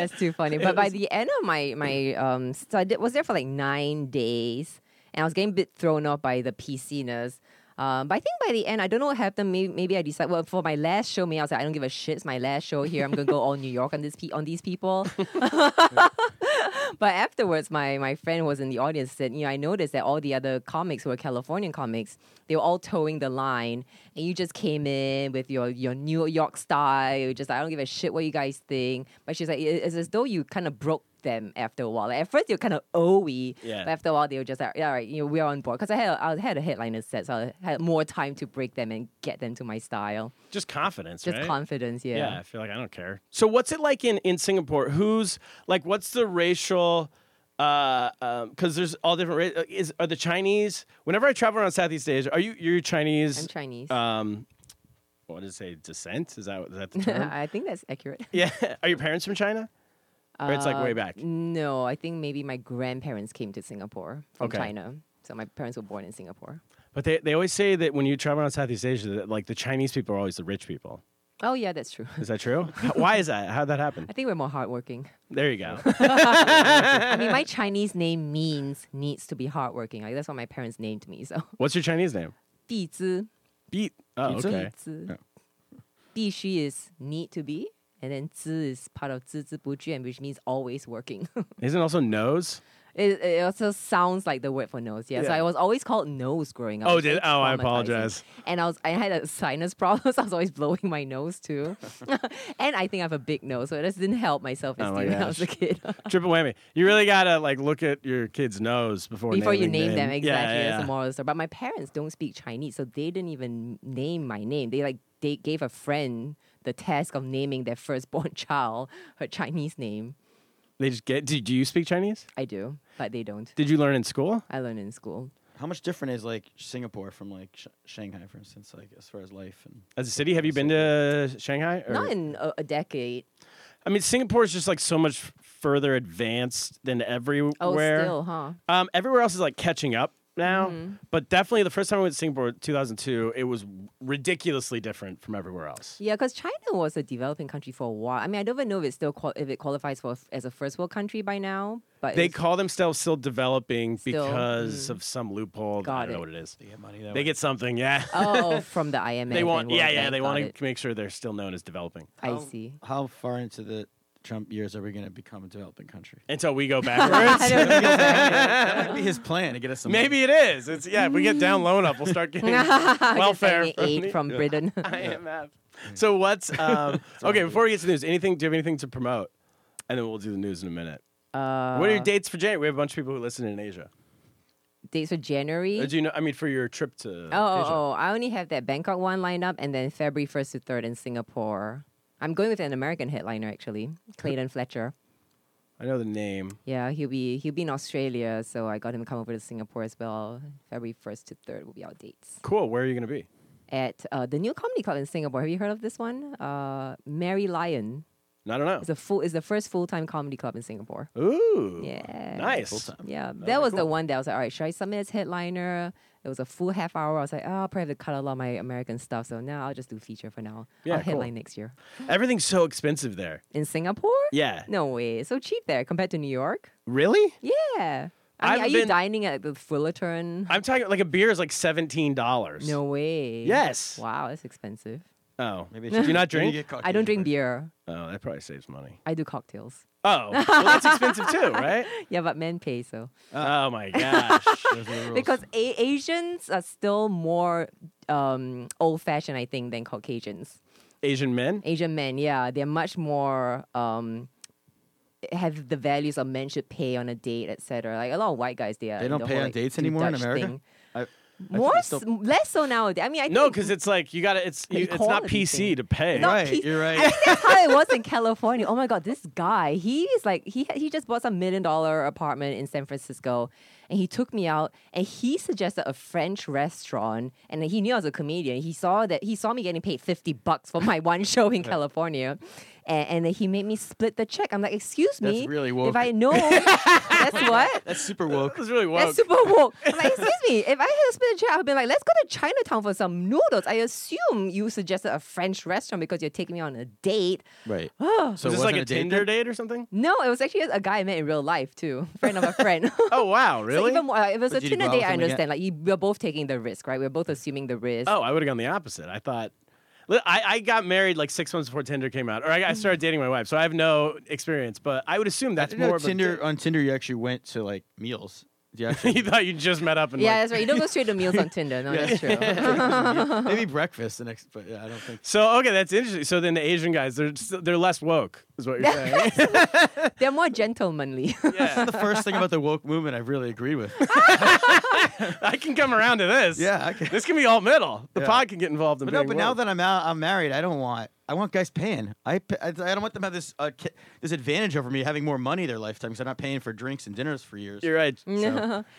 S4: that's too funny. But by the end of my my um, so I did, was there for like nine days, and I was getting a bit thrown off by the PC-ness. Um, but I think by the end, I don't know what happened. Maybe, maybe I decided. Well, for my last show, maybe I was like, I don't give a shit. It's my last show here. I'm gonna go all New York on this pe- on these people. But afterwards, my, my friend who was in the audience said, you know, I noticed that all the other comics who were Californian comics, they were all towing the line, and you just came in with your your New York style. You're Just I don't give a shit what you guys think. But she's like, "It- it's as though you kind of broke them after a while. Like, at first, you're kind of oey,
S1: Yeah.
S4: but after a while, they were just like, yeah, all right, you know, we're on board. Because I had I had a headliner set, so I had more time to break them and get them to my style.
S1: Just confidence,
S4: Just
S1: right?
S4: confidence,
S1: Yeah, I feel like I don't care. So what's it like in in Singapore? Who's like, what's the racial? Because uh, um 'cause there's all different. Ra- is are the Chinese? Whenever I travel around Southeast Asia, are you you're Chinese?
S4: I'm Chinese. [laughs]
S1: Um, what does it say? Descent? Is that is that the [laughs] term?
S4: I think that's accurate.
S1: yeah. [laughs] Are your parents from China? Or it's like
S4: Uh,
S1: way back.
S4: No, I think maybe my grandparents came to Singapore from
S1: Okay.
S4: China. So my parents were born in Singapore.
S1: But they, they always say that when you travel around Southeast Asia, that like the Chinese people are always the rich people.
S4: Oh yeah, that's true. [laughs]
S1: Is that true? How- Why is that? How'd that happen?
S4: I think we're more hardworking.
S1: There you go.
S4: I
S1: [laughs]
S4: mean, my Chinese name means needs to be hardworking. Like that's what my parents named me. So, [laughs]
S1: What's your Chinese name?
S4: 必知,
S1: Beat. Oh,
S2: Pizza?
S1: okay.
S4: 必知.
S2: Yeah.
S4: 必须 is need to be, and then 知 is part of 孜孜不倦, which means always working. [laughs]
S1: Isn't it also nose?
S4: It, it also sounds like the word for nose. Yeah. So
S1: Yeah.
S4: I was always called nose growing up.
S1: Oh,
S4: which
S1: did-
S4: is
S1: oh, I
S4: traumatizing.
S1: apologize.
S4: And I was I had a sinus problem, [laughs] so I was always blowing my
S1: [laughs]
S4: nose too. and I think I have a big nose, so it just didn't help my self esteem
S1: Oh my
S4: when I was a
S1: gosh. [laughs]
S4: kid.
S1: Triple whammy. You really gotta like look at your kid's nose before
S4: Before you
S1: naming
S4: name them,
S1: Yeah,
S4: exactly.
S1: yeah,
S4: That's
S1: yeah.
S4: the moral of the story. But my parents don't speak Chinese, so they didn't even name my name. They like they gave a friend the task of naming their firstborn [laughs] child her Chinese name.
S1: They just get. Do, do you speak Chinese?
S4: I do, but they don't.
S1: Did you learn in school?
S4: I learned in school.
S2: How much different is like Singapore from like Sh- Shanghai, for instance, like as far as life and
S1: As a city, have you been to Shanghai? Or?
S4: Not in a, a decade.
S1: I mean, Singapore is just like so much f- further advanced than everywhere.
S4: Oh, still, huh?
S1: Um, everywhere else is like catching up now,
S4: Mm-hmm.
S1: but definitely the first time I went to Singapore, 2002, it was ridiculously different from everywhere else.
S4: Yeah, because China was a developing country for a while. I mean, I don't even know if it still qual- if it qualifies for as a first world country by now. But
S1: They
S4: it's-
S1: call themselves still developing
S4: Still, Mm.
S1: because of some loophole. I
S4: Got
S1: don't know
S4: it.
S1: what it is.
S2: they get money that
S1: They get something, yeah.
S4: [laughs] oh from the
S1: [laughs]
S4: IMF.
S1: they want,
S4: and World
S1: yeah, yeah.
S4: Bank,
S1: They
S4: got
S1: want
S4: it.
S1: to make sure they're still known as developing
S4: I see.
S2: How far into the Trump years are we going to become a developing country?
S1: until we
S4: [laughs]
S1: go
S4: I
S1: backwards.
S4: don't know.
S2: that might be his plan to get us some.
S1: [laughs]
S2: money.
S1: Maybe it is. It's yeah. If we get down low enough, we'll
S4: [laughs]
S1: start getting
S4: Just like
S1: welfare
S4: an
S1: from
S4: aid
S1: the-
S4: from
S1: [laughs]
S4: Britain. [laughs]
S1: IMF. So what's um, okay? Before we get to the news, anything? Do you have anything to promote? And then we'll do the news in a minute.
S4: Uh,
S1: what are your dates for January? We have a bunch of people who listen in Asia.
S4: dates for January?
S1: Uh, Do you know? I mean, for your trip to
S4: Oh, oh,
S1: Asia.
S4: oh, I only have that Bangkok one lined up, and then February first to third in Singapore. I'm going with an American headliner actually,
S1: [laughs]
S4: Clayton Fletcher.
S1: I know the name.
S4: Yeah, he'll be he'll be in Australia, so I got him to come over to Singapore as well. February first to third will be our dates
S1: Cool. Where are you going to be?
S4: at uh, the new comedy club in Singapore. Have you heard of this one? Uh, Mary Lion.
S1: I don't know.
S4: It's a full. It's the first full time comedy club in Singapore.
S1: Ooh.
S4: Yeah.
S1: Nice.
S4: Yeah,
S1: oh,
S4: that was the one that I was like, all right, should I submit as headliner? It was a full half hour. I was like, oh, I'll probably have to cut a lot of my American stuff. So now I'll just do feature for now.
S1: Yeah,
S4: I'll
S1: cool.
S4: headline next year.
S1: Everything's so expensive there.
S4: In Singapore?
S1: Yeah.
S4: No way. It's so cheap there compared to New York.
S1: Really?
S4: Yeah. I
S1: I've
S4: mean, are
S1: been-
S4: you dining at the Fullerton?
S1: I'm talking like a beer is like seventeen dollars.
S4: No way.
S1: Yes.
S4: Wow, that's expentive.
S1: Oh.
S2: Maybe
S4: [laughs]
S1: do you not drink?
S4: I don't drink beer.
S1: oh, that probably saves money.
S4: I do cocktails.
S1: Oh, well, that's expensive too,
S4: [laughs]
S1: right?
S4: Yeah, but men pay so.
S1: oh my
S4: [laughs]
S1: gosh.
S4: Because a- Asians are still more um, old fashioned, I think, than Caucasians.
S1: Asian men.
S4: Asian men, yeah, they're much more um, have the values of men should pay on a date, etc. Like a lot of white guys, they are
S2: They don't
S4: the
S2: pay
S4: whole,
S2: on
S4: like,
S2: dates
S4: do
S2: anymore in
S4: Dutch
S2: America?
S4: thing.
S2: I- I
S4: More,
S2: it's still-
S4: s- less so nowadays. I mean, I
S1: No,
S4: think
S1: because it's like you got to. It's you, it's not
S4: equality
S1: PC
S4: thing.
S1: to pay.
S4: not
S2: right.
S4: peace-
S2: You're
S4: [laughs]
S2: right.
S4: that's how it was in California. Oh my god, this guy, he is like he he just bought some million dollar apartment in San Francisco, and he took me out and he suggested a French restaurant, and he knew I was a comedian. He saw that he saw me getting paid fifty bucks for my [laughs] one show in California. And, and then he made me split the check. I'm like, excuse
S2: That's
S4: me.
S2: really woke.
S4: if
S2: [laughs]
S4: I know, that's what.
S2: That's super woke.
S1: It's really woke.
S4: That's super
S2: [laughs]
S4: woke. I'm like, excuse me, if I had a split check, I would be like, let's go to Chinatown for some noodles. I assume you suggested a French restaurant because you're taking me on a date.
S2: Right.
S4: Oh.
S1: so
S2: it
S1: is this like
S2: wasn't
S1: a,
S2: a date
S1: Tinder
S2: then?
S1: date or something?
S4: No, it was actually a guy I met in real life too, [laughs] friend of
S2: [laughs]
S4: a friend.
S1: Oh wow,
S4: So
S1: really?
S4: even more, like, if it was
S2: But
S4: a
S2: did you go
S4: Tinder
S2: out
S4: date,
S2: with
S4: I
S2: them again?
S4: understand. Like you, we're both taking the risk, right? We're both assuming the risk.
S1: oh, I would have gone the opposite. I thought. Li- I, I got married like six months before Tinder came out, or I, I started dating my wife, so I have no experience. But I would assume that's
S2: You know,
S1: more of a
S2: Tinder on Tinder. You actually went to like meals. [laughs]
S1: [laughs]
S2: You
S1: you
S4: [laughs]
S2: actually
S1: thought you just met up and
S4: yeah,
S1: like-
S4: that's right. You don't go straight to meals on
S2: [laughs]
S4: Tinder. No, that's true.
S2: maybe breakfast the next, but yeah, I [laughs] don't think.
S1: so okay, that's interesting. So then the Asian guys, they're just, they're less woke, is what
S4: [laughs]
S1: you're saying. [laughs]
S4: They're more
S2: [laughs]
S4: gentlemanly.
S1: yeah,
S2: The first thing about the woke movement I've really agreed with.
S1: I can come around to this.
S2: [laughs] Yeah, I can-
S1: this can be all middle. The
S2: Yeah.
S1: pod can get involved in
S2: But no,
S1: being
S2: but now
S1: woke.
S2: that I'm out, I'm married. I don't want. I want guys paying. I pa- I I don't want them to have this uh, ki- this advantage over me having more money their lifetime because they're not paying for drinks and dinners for years.
S1: you're right.
S4: [laughs] and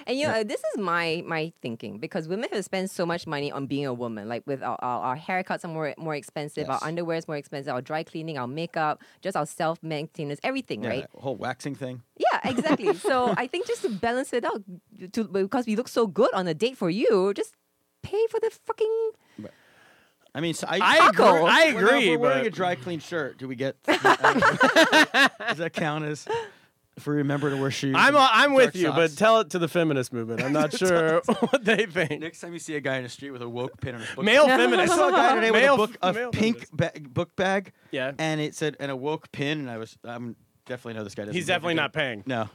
S4: you know, this is my my thinking because women have spent so much money on being a woman. Like with our, our, our haircuts are more more expensive,
S2: Yes.
S4: our underwear is more expensive, our dry cleaning, our makeup, just our self maintenance, everything,
S2: Yeah,
S4: right?
S2: that whole waxing thing.
S4: Yeah, exactly. so I think just to balance it out, to, because we look so good on a date for you, just pay for the fucking.
S2: I mean, so I,
S1: I agree.
S4: Taco.
S1: I
S2: Well, now, if
S1: agree.
S2: we're wearing
S1: but-
S2: a dry clean shirt. Do we get? [laughs] does that count as? If we remember to wear shoes.
S1: I'm
S2: and
S1: I'm with
S2: dark
S1: you,
S2: socks?
S1: but tell it to the feminist movement. I'm
S2: [laughs]
S1: not sure [laughs] what they think.
S2: Next time you see a guy in the street with a woke pin on his book,
S1: Male
S2: I
S1: feminists.
S2: saw a guy today
S1: male,
S2: with a book, a
S1: male
S2: pink
S1: feminists.
S2: ba- book bag.
S1: Yeah.
S2: and it said and a woke pin, and I was I'm definitely know this guy. Doesn't
S1: He's definitely
S2: do-
S1: not paying.
S2: No,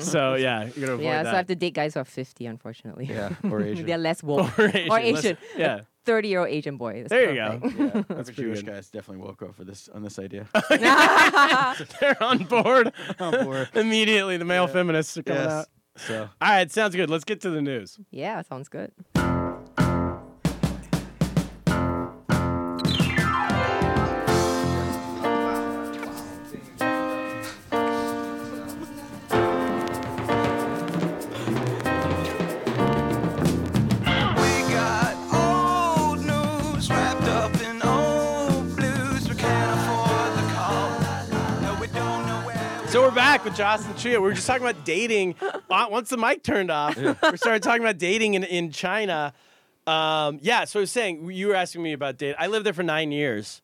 S1: So yeah, you're gonna avoid
S4: Yeah, so I have
S1: that.
S4: to date guys who are 50, unfortunately. [laughs]
S2: Yeah, or Asian.
S4: They're less woke.
S1: [laughs] or Asian.
S4: Or
S1: let's-
S4: Asian.
S1: Yeah,
S4: 30 year old Asian boy. [laughs] That's
S1: there you
S4: perfect.
S1: go.
S2: yeah, that's
S1: pretty
S2: Jewish
S1: good.
S2: guys definitely woke up for this on this idea.
S1: [laughs] They're on
S2: [laughs]
S1: board
S2: On board.
S1: immediately. The male feminists are coming
S2: yes.
S1: out.
S2: So
S1: All right, sounds good. Let's get to the news.
S4: yeah, sounds good.
S5: We got old news wrapped up in old blues. We can't afford the call. No, we don't know where.
S1: So we're back with Jocelyn and Chia. We were just talking about
S4: [laughs]
S1: dating. Uh, Once the mic turned off, we started talking about dating in, in China. Um, yeah, so I was saying, you were asking me about dating. I lived there for nine years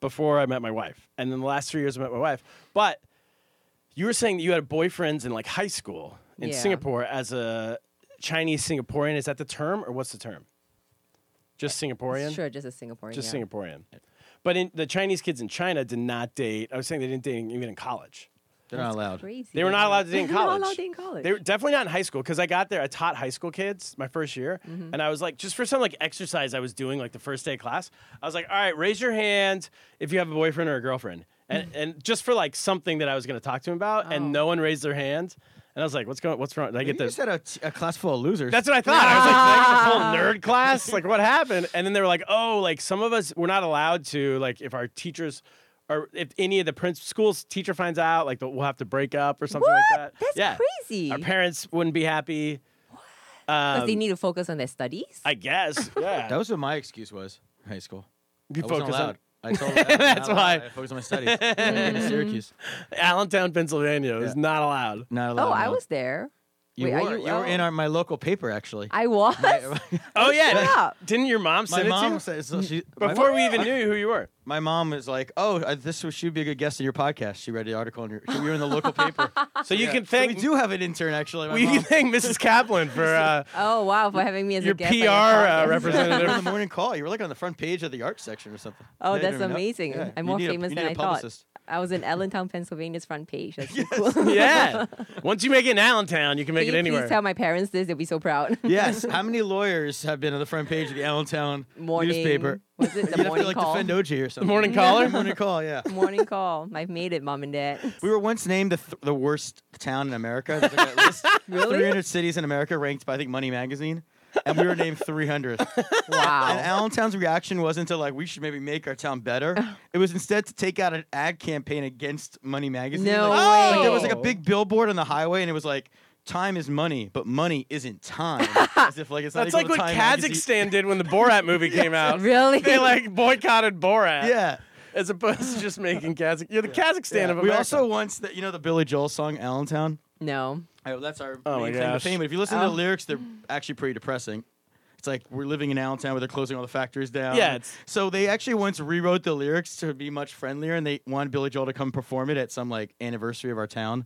S1: before I met my wife. And then the last three years I met my wife. But you were saying that you had boyfriends in like high school in
S4: Yeah.
S1: Singapore as a Chinese Singaporean. Is that the term or what's the term? Just Singaporean?
S4: Sure, just a Singaporean.
S1: Just
S4: yeah.
S1: Singaporean. But in, the Chinese kids in China did not date. I was saying they didn't date even in college.
S2: they're not allowed.
S4: Crazy.
S1: They were not allowed to date in
S4: [laughs] They were
S1: college.
S4: not allowed to date in college.
S1: They were definitely not in high school because I got there. I taught high school kids my first year,
S4: Mm-hmm.
S1: and I was like, just for some like exercise I was doing like the first day of class, I was like, all right, raise your hand if you have a boyfriend or a girlfriend,
S4: [laughs]
S1: and and just for like something that I was going to talk to him about,
S4: Oh.
S1: and no one raised their hand, and I was like, what's going, what's wrong? Did I
S2: You
S1: get this.
S2: just had a, t- a class full of losers.
S1: That's what I thought. I was like, "Did I get the full nerd class. Like, what happened? And then they were like, oh, like some of us we're not allowed to. Like, if our teachers or if any of the prin- school's teacher finds out, like, we'll have to break up or something
S4: what?
S1: like that.
S4: That's
S1: yeah.
S4: crazy.
S1: Our parents wouldn't be happy. Um,
S4: Because they need to focus on their studies.
S1: I guess. [laughs] Yeah.
S2: that was what my excuse was. in High school.
S1: Be
S2: I wasn't
S1: focused on-
S2: allowed.
S1: [laughs]
S2: I told them I was
S1: That's
S2: not allowed.
S1: why.
S2: I focused on
S1: [laughs]
S2: my studies. I came
S4: Mm-hmm.
S2: to Syracuse.
S1: Allentown, Pennsylvania is
S2: Yeah.
S1: not allowed.
S2: Not allowed.
S4: oh, I
S2: no.
S4: was there.
S2: You
S4: Wait,
S2: were,
S4: are you-
S2: were in
S4: oh.
S2: our, my local paper actually.
S4: I was.
S1: [laughs] Oh yeah.
S4: Shut up.
S1: Didn't your mom
S2: [laughs] my
S1: send it to
S2: mom
S1: you?
S2: said so she, my-
S1: Before we even knew who you were.
S2: my mom was like, "Oh, I- this was- should be a good guest in your podcast." She read the article in your, we were in the local paper.
S1: [laughs] So you
S2: Yeah.
S1: can
S2: So
S1: thank
S2: we do have an intern actually. My
S1: we [laughs] can
S2: mom.
S1: thank Mrs. Kaplan for
S2: [laughs]
S1: uh,
S4: oh, wow, for having me as
S1: your
S4: a
S1: PR
S4: guest. on your
S1: uh,
S4: podcast. [laughs]
S2: You were
S1: representative.
S2: in the morning call. You were like on the front page of the art section or something.
S4: Oh,
S2: I didn't
S4: that's
S2: even know.
S4: amazing.
S2: Yeah.
S4: I'm
S2: You
S4: more
S2: need a-
S4: famous
S2: you
S4: than
S2: need a
S4: I
S2: publicist.
S4: thought. I was in Allentown, Pennsylvania's front
S2: [laughs]
S4: page. That's so cool. Can
S1: yeah. Once you make it in Allentown, you can make
S4: you
S1: it anywhere.
S4: Please tell my parents this; they'll be so proud.
S2: Yes. How many lawyers have been on the front page of the Allentown
S4: morning
S2: newspaper? [laughs]
S4: Was
S2: You'd
S4: it the
S2: have to
S4: morning
S2: like
S4: call?
S2: defend OJ or
S1: the
S2: something.
S1: morning caller.
S2: morning call. Yeah.
S4: [laughs] morning call. I've made it, mom and dad.
S2: [laughs] We were once named the, th- the worst town in America. There's like that
S4: [laughs]
S2: list. 300 cities in America ranked by I think Money Magazine, and we were named 300th. And
S4: Wow.
S2: Allentown's reaction wasn't to like we should maybe make our town better. It was instead to take out an ad campaign against Money Magazine.
S4: No
S2: like,
S4: way.
S2: like, there was like a big billboard on the highway, and it was like. Time is money, but money
S1: [laughs]
S2: isn't time. As if like it's not
S1: That's like
S2: equal
S1: what
S2: to time magazine.
S1: Kazakhstan did when the Borat movie
S2: [laughs]
S1: came out.
S4: Really?
S1: They like boycotted Borat.
S2: Yeah.
S1: As opposed to just making Kazakh. You're the Kazakhstan
S2: yeah.
S1: of America.
S2: We also once that you know the Billy Joel song Allentown.
S4: no.
S2: I- that's our
S1: Oh my
S2: main claim to
S1: gosh.
S2: fame. But if you listen to
S4: Oh.
S2: the lyrics, they're actually pretty depressing. It's like we're living in Allentown where they're closing all the factories down.
S1: Yeah, it's-
S2: So they actually once rewrote the lyrics to be much friendlier, and they wanted Billy Joel to come perform it at some like anniversary of our town.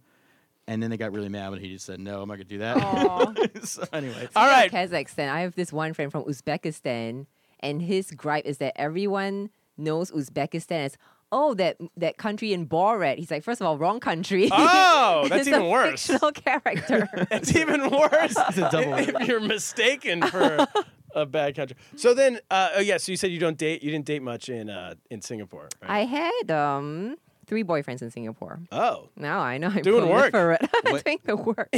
S2: And then they got really mad when he just said, "No, I'm not gonna do that." [laughs] so anyway,
S1: All right.
S4: Kazakhstan. I have this one friend from Uzbekistan, and his gripe is that everyone knows Uzbekistan as oh that that country in Borat. He's like, first of all, wrong country.
S1: [laughs] Oh, that's
S4: [laughs] It's
S1: even
S4: a
S1: worse. [laughs]
S4: Fictional
S2: [laughs]
S4: character.
S1: It's even worse
S2: a [laughs] double
S1: if you're mistaken
S2: [laughs]
S1: for a bad country. So then, uh, oh yeah. So you said you don't date. You didn't date much in uh, in Singapore. Right?
S4: I had um three boyfriends in Singapore.
S1: oh,
S4: Now I know I'm
S1: Doing work.
S4: [laughs] proliferate. I'm doing
S1: [laughs]
S4: the work.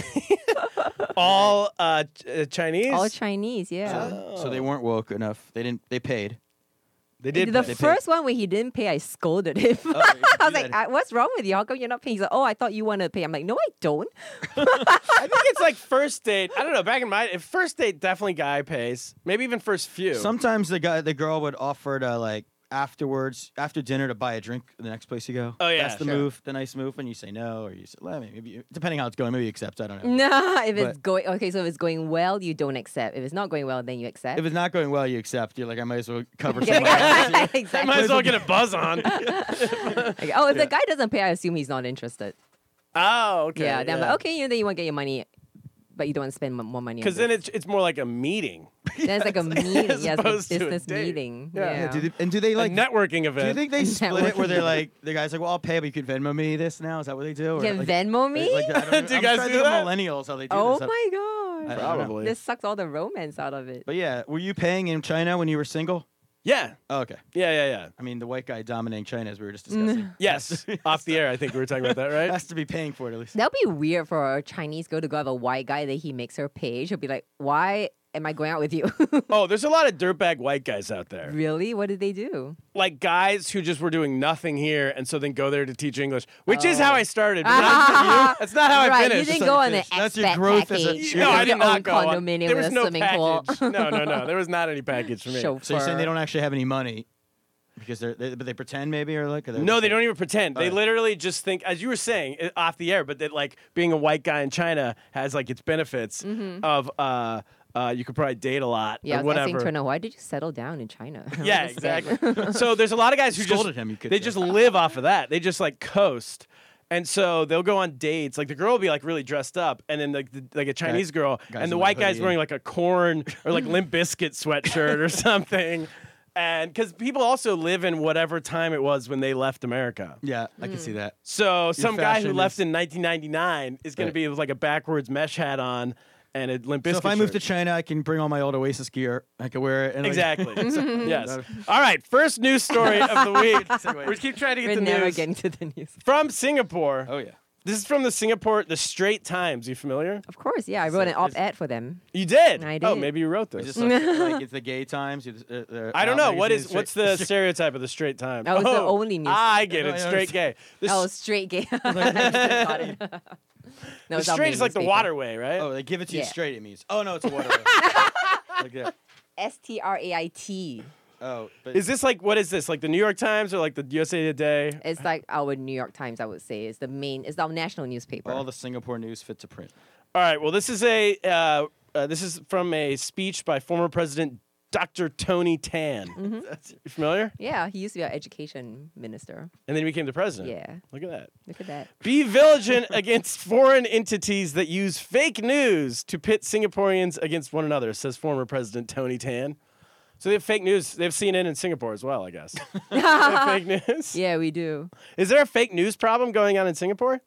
S1: all uh, Ch- uh, Chinese.
S4: All Chinese, yeah.
S2: [laughs] so they weren't woke enough. They didn't. They paid.
S1: they did. Oh,
S4: the
S1: that. They
S4: first one where he didn't pay, I scolded him. [laughs] I was like, I, "What's wrong with you? How come you're not paying?" He's like, "Oh, I thought you want to pay." I'm like, "No, I don't." [laughs]
S1: paid. I think it's like first date. I don't know. Back in my if first date, definitely guy pays. Maybe even first few.
S2: Sometimes the guy, the girl would offer to like afterwards, after dinner, to buy a drink the next place you go.
S1: Oh, yeah,
S2: that's the
S1: sure.
S2: move, the nice move. When you say no, or you say, "Let me," maybe you- depending how it's going, maybe you accept. I don't know.
S4: Nah, if it's
S2: But-
S4: going okay, so if it's going well, you don't accept. If it's not going well, then you accept.
S2: If it's not going well, you accept. You're like, I might as well cover
S1: [laughs]
S4: [laughs] Yeah,
S2: somebody else.
S4: like-
S1: I might
S4: [laughs] exactly.
S1: as well get a buzz on.
S2: [laughs]
S4: Like, oh, if the guy doesn't pay, I assume he's not interested.
S1: Oh, okay.
S4: yeah, then I'm like, okay, you know, then you want to get your money but you don't want to spend mo- more money. on
S1: Because then
S4: groups.
S1: it's it's more like a meeting, [laughs]
S4: then it's like a meeting,
S1: as
S4: yeah, it's like a
S1: opposed to a
S4: business
S1: date.
S4: meeting.
S1: Yeah.
S4: Yeah,
S1: Yeah,
S2: do they, and do they
S1: like
S2: like?
S1: a networking
S2: do you
S1: event.
S2: think they
S4: Networking.
S2: split it where they're like the guy's like, "Well, I'll pay, but you could Venmo me this now." Is that what they do? Or
S4: Can
S2: like,
S4: Venmo
S1: [laughs]
S4: me?
S2: Like, I don't,
S1: Do you
S2: I'm
S1: guys
S2: trying to
S1: do
S2: think
S1: that?
S2: of Millennials, how they do
S4: oh
S2: this. I-
S4: my
S2: I
S4: god,
S2: don't know.
S1: Probably.
S4: this sucks all the romance out of it.
S2: But yeah, were you paying in China when you were single?
S1: yeah,
S2: Oh, okay.
S1: yeah, yeah, yeah.
S2: I mean, the white guy dominating China, as we were just discussing,
S1: Yes, off the air. I think we were talking about that, right?
S2: has to be paying for it at least.
S4: That'd be weird for a Chinese girl to go have a white guy that he makes her page. He'll be like, "Why am I going out with you? [laughs]
S1: Oh, there's a lot of dirtbag white guys out there,
S4: really? What did they do?
S1: like guys who just were doing nothing here, and so then go there to teach English, which is how
S4: Oh.
S1: I
S4: [laughs]
S1: started. but not for you. That's not how
S4: right,
S1: I finished.
S4: you didn't go on an
S2: finished. That's your
S4: expat
S2: growth as a-
S4: package.
S2: You
S1: no,
S4: with
S1: I
S4: your
S1: did not
S4: own
S1: go on.
S4: condominium
S1: There
S4: with
S1: was
S4: a
S1: no
S4: swimming
S1: package.
S4: pool.
S1: no, no, no. There was
S4: [laughs]
S1: not any package for me.
S4: Chauffeur.
S2: So you're saying they don't actually have any money because they're, they, but they pretend maybe or like, or they're
S1: No,
S2: just
S1: they
S2: like-
S1: don't even pretend. They
S2: Alright.
S1: literally just think, as you were saying i- off the air, but that like being a white guy in China has like its benefits of uh, uh, you could probably date a lot
S4: [laughs] Yeah, I
S1: or
S4: was asking
S1: whatever.
S4: Turner, why did you settle down in China? [laughs]
S1: yeah, exactly. so there's a lot of guys who just
S2: Scolded him, you could
S1: they
S2: say.
S1: just live off of that. They just like coast. And so they'll go on dates. Like the girl will be like really dressed up, and then like the, like a Chinese girl,
S2: guys
S1: and the
S2: in,
S1: white
S2: like,
S1: guy's
S2: hoodie.
S1: wearing like a corn or like Limp Biscuit sweatshirt or [laughs] something. And because people also live in whatever time it was when they left America.
S2: Yeah, I can see that.
S1: So some guy who
S2: fashion
S1: left
S2: is-
S1: in 1999 is going to
S2: Right.
S1: be with like a backwards mesh hat on and a Limp Bizkit
S2: so if I move to
S1: shirt.
S2: China, I can bring all my old Oasis gear. I can wear it. And like- [laughs]
S1: Exactly. yes. All right. First news story of the week. we keep trying to get
S4: We're
S1: the
S4: never
S1: news
S4: getting to the news.
S1: from Singapore.
S2: oh yeah.
S1: This is from the Singapore, the Straight Times. You familiar?
S4: Of course, yeah. I wrote an op-ed
S1: [laughs]
S4: for them.
S1: You did.
S4: I
S1: Oh,
S4: did.
S1: maybe you wrote this.
S2: It's just like, like it's the gay times. you- uh, uh,
S1: I don't
S2: out
S1: know what
S2: magazines,
S1: is
S2: straight-
S1: what's the
S2: [laughs]
S1: stereotype of the straight time.
S4: That was the only news.
S1: ah, I get it.
S2: I
S1: Straight gay. The,
S4: Oh,
S1: s-
S4: straight gay. [laughs]
S1: [laughs]
S4: Got it. [laughs] no,
S1: the
S4: it's our
S1: straight
S4: main
S1: is like the
S4: newspaper.
S1: waterway, right?
S2: Oh, they give it to you
S4: Yeah.
S2: straight. It means. Oh no, it's a water. like that.
S4: S T R A I T.
S2: Oh, but
S1: Is this like what is this like the New York Times or like the USA Today?
S4: It's like our New York Times, I would say, is the main. It's our national newspaper.
S2: all the Singapore news fit to print?
S1: All right. Well, this is a uh, uh, this is from a speech by former President Dr. Tony Tan.
S4: Mm-hmm.
S1: You familiar?
S4: yeah, he used to be our education minister.
S1: And then he became the president.
S4: Yeah,
S1: Look at that.
S4: look at that.
S1: Be
S4: [laughs]
S1: vigilant against foreign entities that use fake news to pit Singaporeans against one another, says former President Tony Tan. So they have fake news. They have CNN in Singapore as well, I
S4: [laughs]
S1: guess. They have fake news.
S4: Yeah, we do.
S1: Is there a fake news problem going on in Singapore?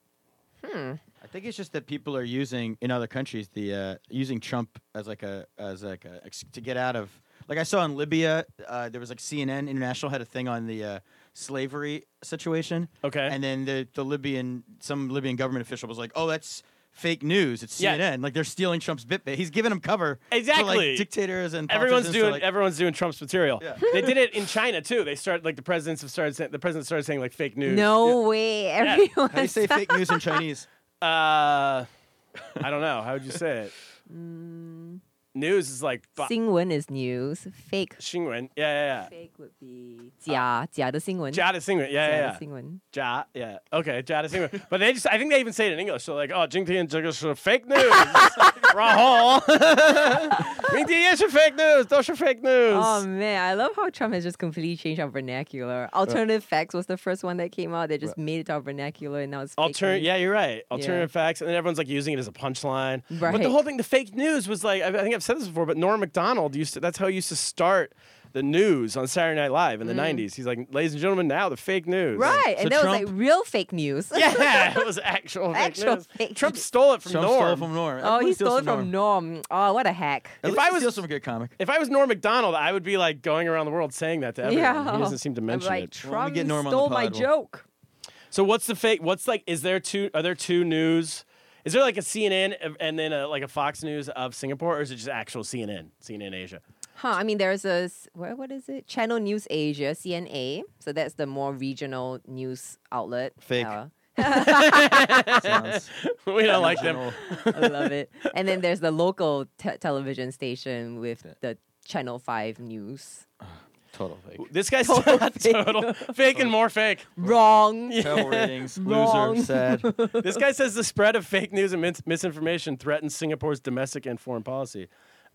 S2: I think it's just that people are using in other countries the uh, using Trump as like a as like a ex- to get out of like I saw in Libya uh, there was like CNN International had a thing on the uh, slavery situation.
S1: Okay.
S2: And then the the Libyan some Libyan government official was like, "Oh, that's fake news. It's
S1: Yeah.
S2: CNN. Like they're stealing Trump's bit. bit." He's giving them cover for
S1: Exactly.
S2: like dictators and
S1: Everyone's
S2: politicians to,
S1: doing
S2: like-
S1: everyone's doing Trump's material. They did it in China too. They started like the presidents have started saying, the president started saying like fake news.
S4: No way, everyone.
S2: How do
S1: [laughs]
S2: you say fake news in Chinese?
S1: Uh, I don't know. How would you say it?
S4: Mm.
S1: News is like
S4: [laughs]
S1: ba-
S4: Singwen is news. Fake.
S1: Xingwen. Yeah, yeah, yeah.
S4: Fake would be uh, 假,假的新闻.
S1: 假的新闻. Yeah, yeah, yeah.
S4: 假的新闻.
S1: Ja, yeah. Okay, ja de Singwen. But they just, I think they even say it in English. So like, oh, Jingtian is fake news. [laughs] Rahul. Jingtian is fake news. Those are fake news.
S4: Oh man, I love how Trump has just completely changed our vernacular. Alternative facts was the first one that came out. They just made it to our vernacular, and now it's fake
S1: Altern-
S4: news.
S1: yeah, you're right. Alternative facts, and then everyone's like using it as a punchline. But
S4: Right.
S1: the whole thing, the fake news was like, I I think I've said this before, but Norm Macdonald used to, that's how he used to start the news on Saturday Night Live in the 90s. He's like, ladies and gentlemen, now the fake news.
S4: Mm. Right,
S2: So
S4: and that was
S2: Trump-
S4: like real fake news.
S1: [laughs] Yeah, it was actual fake
S4: Actual
S1: news.
S4: fake
S1: Trump
S4: news.
S1: stole it from
S2: Trump
S1: Norm.
S2: stole it from Norm.
S4: oh, he
S2: Everyone steals
S4: stole it from Norm. Oh, what a hack.
S1: If
S2: At least
S1: I
S2: he
S1: was-
S2: steals from a good comic.
S1: [laughs] if I was Norm Macdonald, I would be like going around the world saying that to everyone. He doesn't seem to
S4: I'm
S1: mention
S4: like,
S1: it.
S2: Why don't we
S4: Trump
S2: get Norm on the
S4: stole my
S2: pod? We'll-
S4: joke.
S1: So what's the fake? What's like? Is there two? Are there two news? Is there like a CNN of- and then a, like a Fox News of Singapore, or is it just actual CNN, CNN Asia? [laughs]
S4: Huh? I mean, there's a s- what, what is it? Channel News Asia (CNA). So that's the more regional news outlet.
S2: Fake.
S4: Uh,
S2: Sounds
S1: we don't like them.
S2: original.
S4: I
S1: [laughs]
S4: love it. And then there's the local te- television station with the Channel Five News.
S2: Total fake.
S1: This guy's total, [laughs] total fake and more fake.
S4: Wrong.
S2: Terrible ratings.
S4: Wrong.
S2: Loser. Sad.
S1: This guy says the spread of fake news and mis- misinformation threatens Singapore's domestic and foreign policy.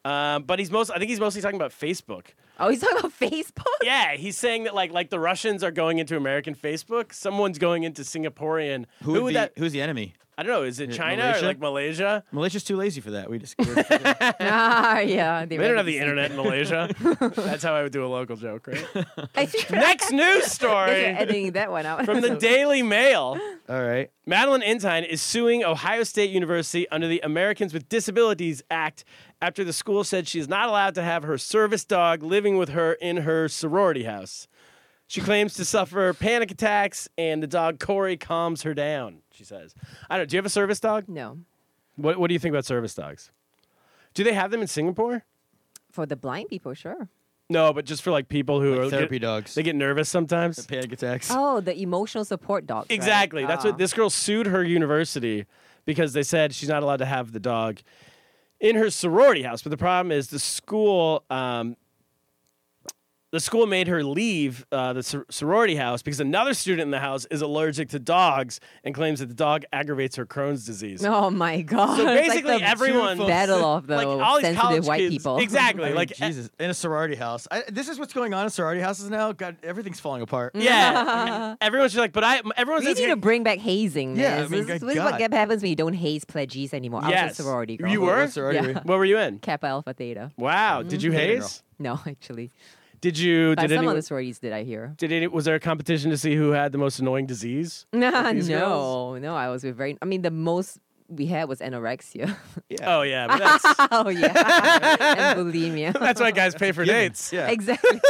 S1: Um, but he's most, I think he's mostly talking about Facebook.
S4: Oh, he's talking about Facebook.
S1: Yeah, he's saying that like like the Russians are going into American Facebook, someone's going into Singaporean.
S2: Who would be,
S1: that?
S2: Who's the enemy?
S1: I don't know. Is it
S2: Yeah,
S1: China
S2: Malaysia?
S1: or like Malaysia?
S2: Malaysia's too lazy for that. We just [laughs]
S4: ah, yeah.
S1: They don't have the internet in Malaysia. That's how I would do a local joke, right?
S4: [laughs] I think
S1: Next news
S4: Guess
S1: story
S4: you're editing that one out.
S1: from the Daily Mail.
S2: all right.
S1: Madeline Entine is suing Ohio State University under the Americans with Disabilities Act after the school said she is not allowed to have her service dog living with her in her sorority house. She claims to suffer panic attacks, and the dog Corey calms her down. She says, "I don't. Do you have a service dog?
S4: [laughs] No,
S1: What What do you think about service dogs? Do they have them in Singapore?
S4: for the blind people, sure.
S1: No, but just for like people who are
S2: Like therapy
S1: get-
S2: dogs.
S1: They get nervous sometimes.
S2: panic attacks.
S4: Oh, the emotional support dogs. right?
S1: Exactly. That's
S4: Ah.
S1: what this girl sued her university because they said she's not allowed to have the dog in her sorority house. But the problem is the school. Um, the school made her leave uh, the sor- sorority house because another student in the house is allergic to dogs and claims that the dog aggravates her Crohn's disease.
S4: Oh my god! [laughs]
S1: So
S4: It's
S1: basically,
S4: like the
S1: everyone
S4: battle of
S1: [laughs]
S4: the
S1: like all these
S4: sensitive
S1: college
S4: white
S1: kids-
S4: people.
S1: [laughs] Exactly.
S2: [laughs] Like
S1: like
S2: Jesus, in a sorority house. I, this is what's going on in sorority houses now. God, everything's falling
S1: Mm-hmm.
S2: apart.
S4: [laughs]
S1: Yeah, everyone's just like, but I. Everyone's
S4: [laughs] We need to bring back hazing.
S2: Yeah, I mean,
S4: man. this, is-
S2: good
S4: this is what
S2: God.
S4: happens when you don't haze pledges anymore. I was
S1: Yes.
S4: a sorority girl.
S1: You were?
S2: sorority
S4: Yeah.
S2: were you?
S1: What were you in?
S4: Kappa Alpha Theta.
S1: Wow. Did you
S2: Gator
S1: haze?
S4: No, [laughs] actually,
S1: Did you?
S4: but
S1: Did
S4: some
S1: anyone?
S4: of the sororities did I hear?
S1: Did any? Was there a competition to see who had the most annoying disease?
S4: no, [laughs]
S1: girls?
S4: no, I was with very. I mean, the most we had was anorexia. [laughs]
S1: Oh yeah, but that's [laughs]
S4: oh yeah, and bulimia.
S1: that's why guys pay for dates. [laughs]
S2: Yeah,
S4: exactly.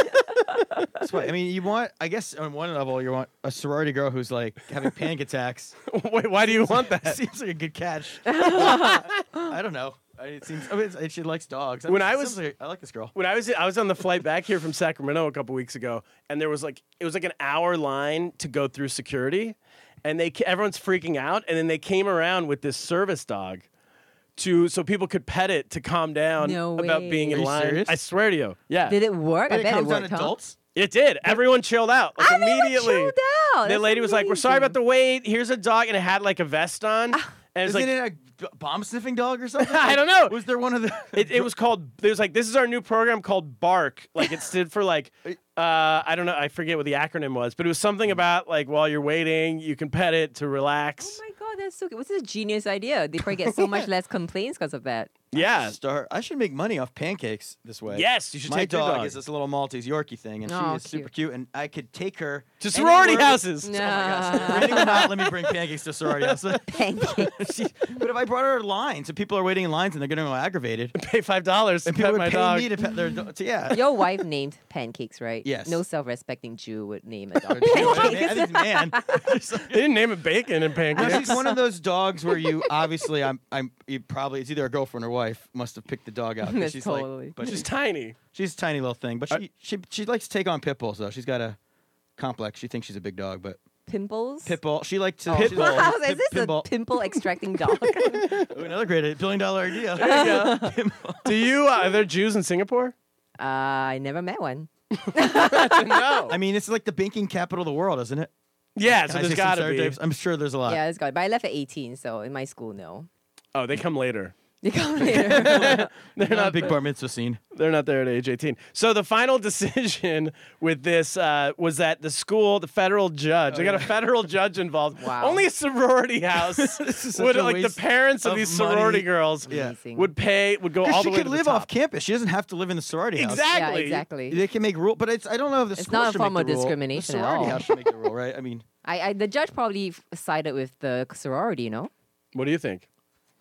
S2: that's why. I mean, you want. I guess on one level, you want a sorority girl who's like having panic attacks.
S1: Wait, why do you want that?
S2: seems like a good catch. I don't know. I- It seems. I mean, it's- she likes dogs.
S1: When
S2: it
S1: I
S2: seems
S1: was-
S2: like- I like this girl.
S1: When I was I was on the flight back here from Sacramento a couple weeks ago, and there was like it was like an hour line to go through security, and they everyone's freaking out, and then they came around with this service dog, to so people could pet it to calm down
S4: No
S1: about being in
S4: way.
S2: Are you
S1: line.
S2: serious?
S1: I swear to you, yeah,
S4: Did it work? I
S2: And it
S4: bet it
S2: comes on
S4: worked. huh?
S2: adults.
S1: It did. Everyone chilled out like,
S4: Everyone
S1: immediately.
S4: chilled out.
S1: The
S4: Oh, That's
S1: lady was like, "We're sorry
S4: amazing. Ah,
S1: about the wait. Here's a dog, and it had like a vest on." And it's
S2: Isn't
S1: like
S2: it a bomb sniffing dog or something?
S1: I don't know.
S2: Was there one of the?
S1: It, it was called. It was like this is our new program called Bark. Like it stood for
S2: [laughs]
S1: like uh, I don't know. I forget what the acronym was, but it was something
S2: Hmm.
S1: about like while you're waiting, you can pet it to relax.
S4: Oh my god, that's so good. What's a genius idea? They probably get
S2: [laughs]
S4: so much less complaints because of that.
S1: yeah.
S2: Star. I should make money off pancakes this way.
S1: Yes, you should
S2: My
S1: take your
S2: dog,
S1: dog.
S2: is this little Maltese Yorkie thing, and
S4: Aw,
S2: she is super cute, and I could take her
S1: To sorority
S2: anywhere- [laughs]
S1: houses.
S4: No.
S2: If Brandon would not let me bring pancakes to sorority house. [laughs] but
S4: [laughs] Pancake.
S2: if I brought her in lines, and people are waiting in lines, and they're going to
S1: [laughs]
S2: go aggravated,
S1: Pay five dollars to
S2: people
S1: pet
S2: would
S1: my
S2: pay
S1: dog.
S2: me to [laughs] pet their dog. to- [laughs] Yeah.
S4: Your wife named pancakes, right?
S2: Yes.
S4: No self-respecting Jew would name
S2: [laughs]
S4: a dog.
S2: I think- I think, man.
S1: [laughs] they didn't name it bacon and
S2: Now,
S1: pancakes.
S2: she's one of those dogs where
S4: [laughs]
S2: you obviously, I'm, I'm, you probably it's either a girlfriend or wife must have picked the dog out. 'cause
S4: That's
S2: she's
S4: totally.
S2: like, but
S1: She's
S2: she's,
S1: tiny.
S2: she's a tiny little thing, but she, she, she likes to take on pit bulls though. She's got a complex. She thinks she's a big dog, but
S4: [laughs] Pimples.
S2: pit bull. She likes to
S4: Oh.
S2: pit bull.
S4: I was like,
S2: Pit-
S4: Is this
S2: pit bull.
S4: a pimple
S2: [laughs]
S4: extracting dog? [laughs]
S2: Ooh, Another great billion dollar idea. Pit bull.
S1: Do you? Uh, are there Jews in Singapore?
S4: uh, I never met one.
S1: No.
S2: [laughs] I mean, it's like the banking capital of the world, isn't it?
S1: Yeah.
S2: Can
S1: So
S2: I
S1: there's
S2: say some
S1: gotta be.
S2: stereotypes? I'm sure there's a lot.
S4: yeah, it's got. But I left at 18, so in my
S2: [laughs]
S4: school, no. [laughs]
S1: Oh, they come later.
S4: You come later.
S1: They're
S2: Not a
S1: not
S2: big bar mitzvah scene.
S1: They're not there at age 18. So the final [laughs] decision with this uh, was that the school, the federal judge,
S2: Oh,
S1: they got a federal judge involved.
S2: [laughs]
S4: Wow.
S1: Only a sorority house
S2: is such
S1: would
S2: a
S1: like the
S2: waste
S1: parents of,
S2: of
S1: these
S2: money.
S1: sorority girls
S2: Yeah.
S4: Amazing.
S1: would pay would go all the
S2: she
S1: way
S2: could
S1: to
S2: live
S1: the
S2: off
S1: top.
S2: campus. She doesn't have to live in the sorority house.
S1: Exactly.
S4: Yeah, exactly.
S2: [laughs] They can make rule, but it's I don't know if the
S4: It's
S2: school
S4: not a
S2: should make
S4: form
S2: the
S4: of
S2: rule. The
S4: discrimination at
S2: sorority
S4: all.
S2: house should make the rule, right?
S1: [laughs]
S2: I mean,
S4: I, I, the judge probably f- sided with the sorority, no?
S1: What do you think?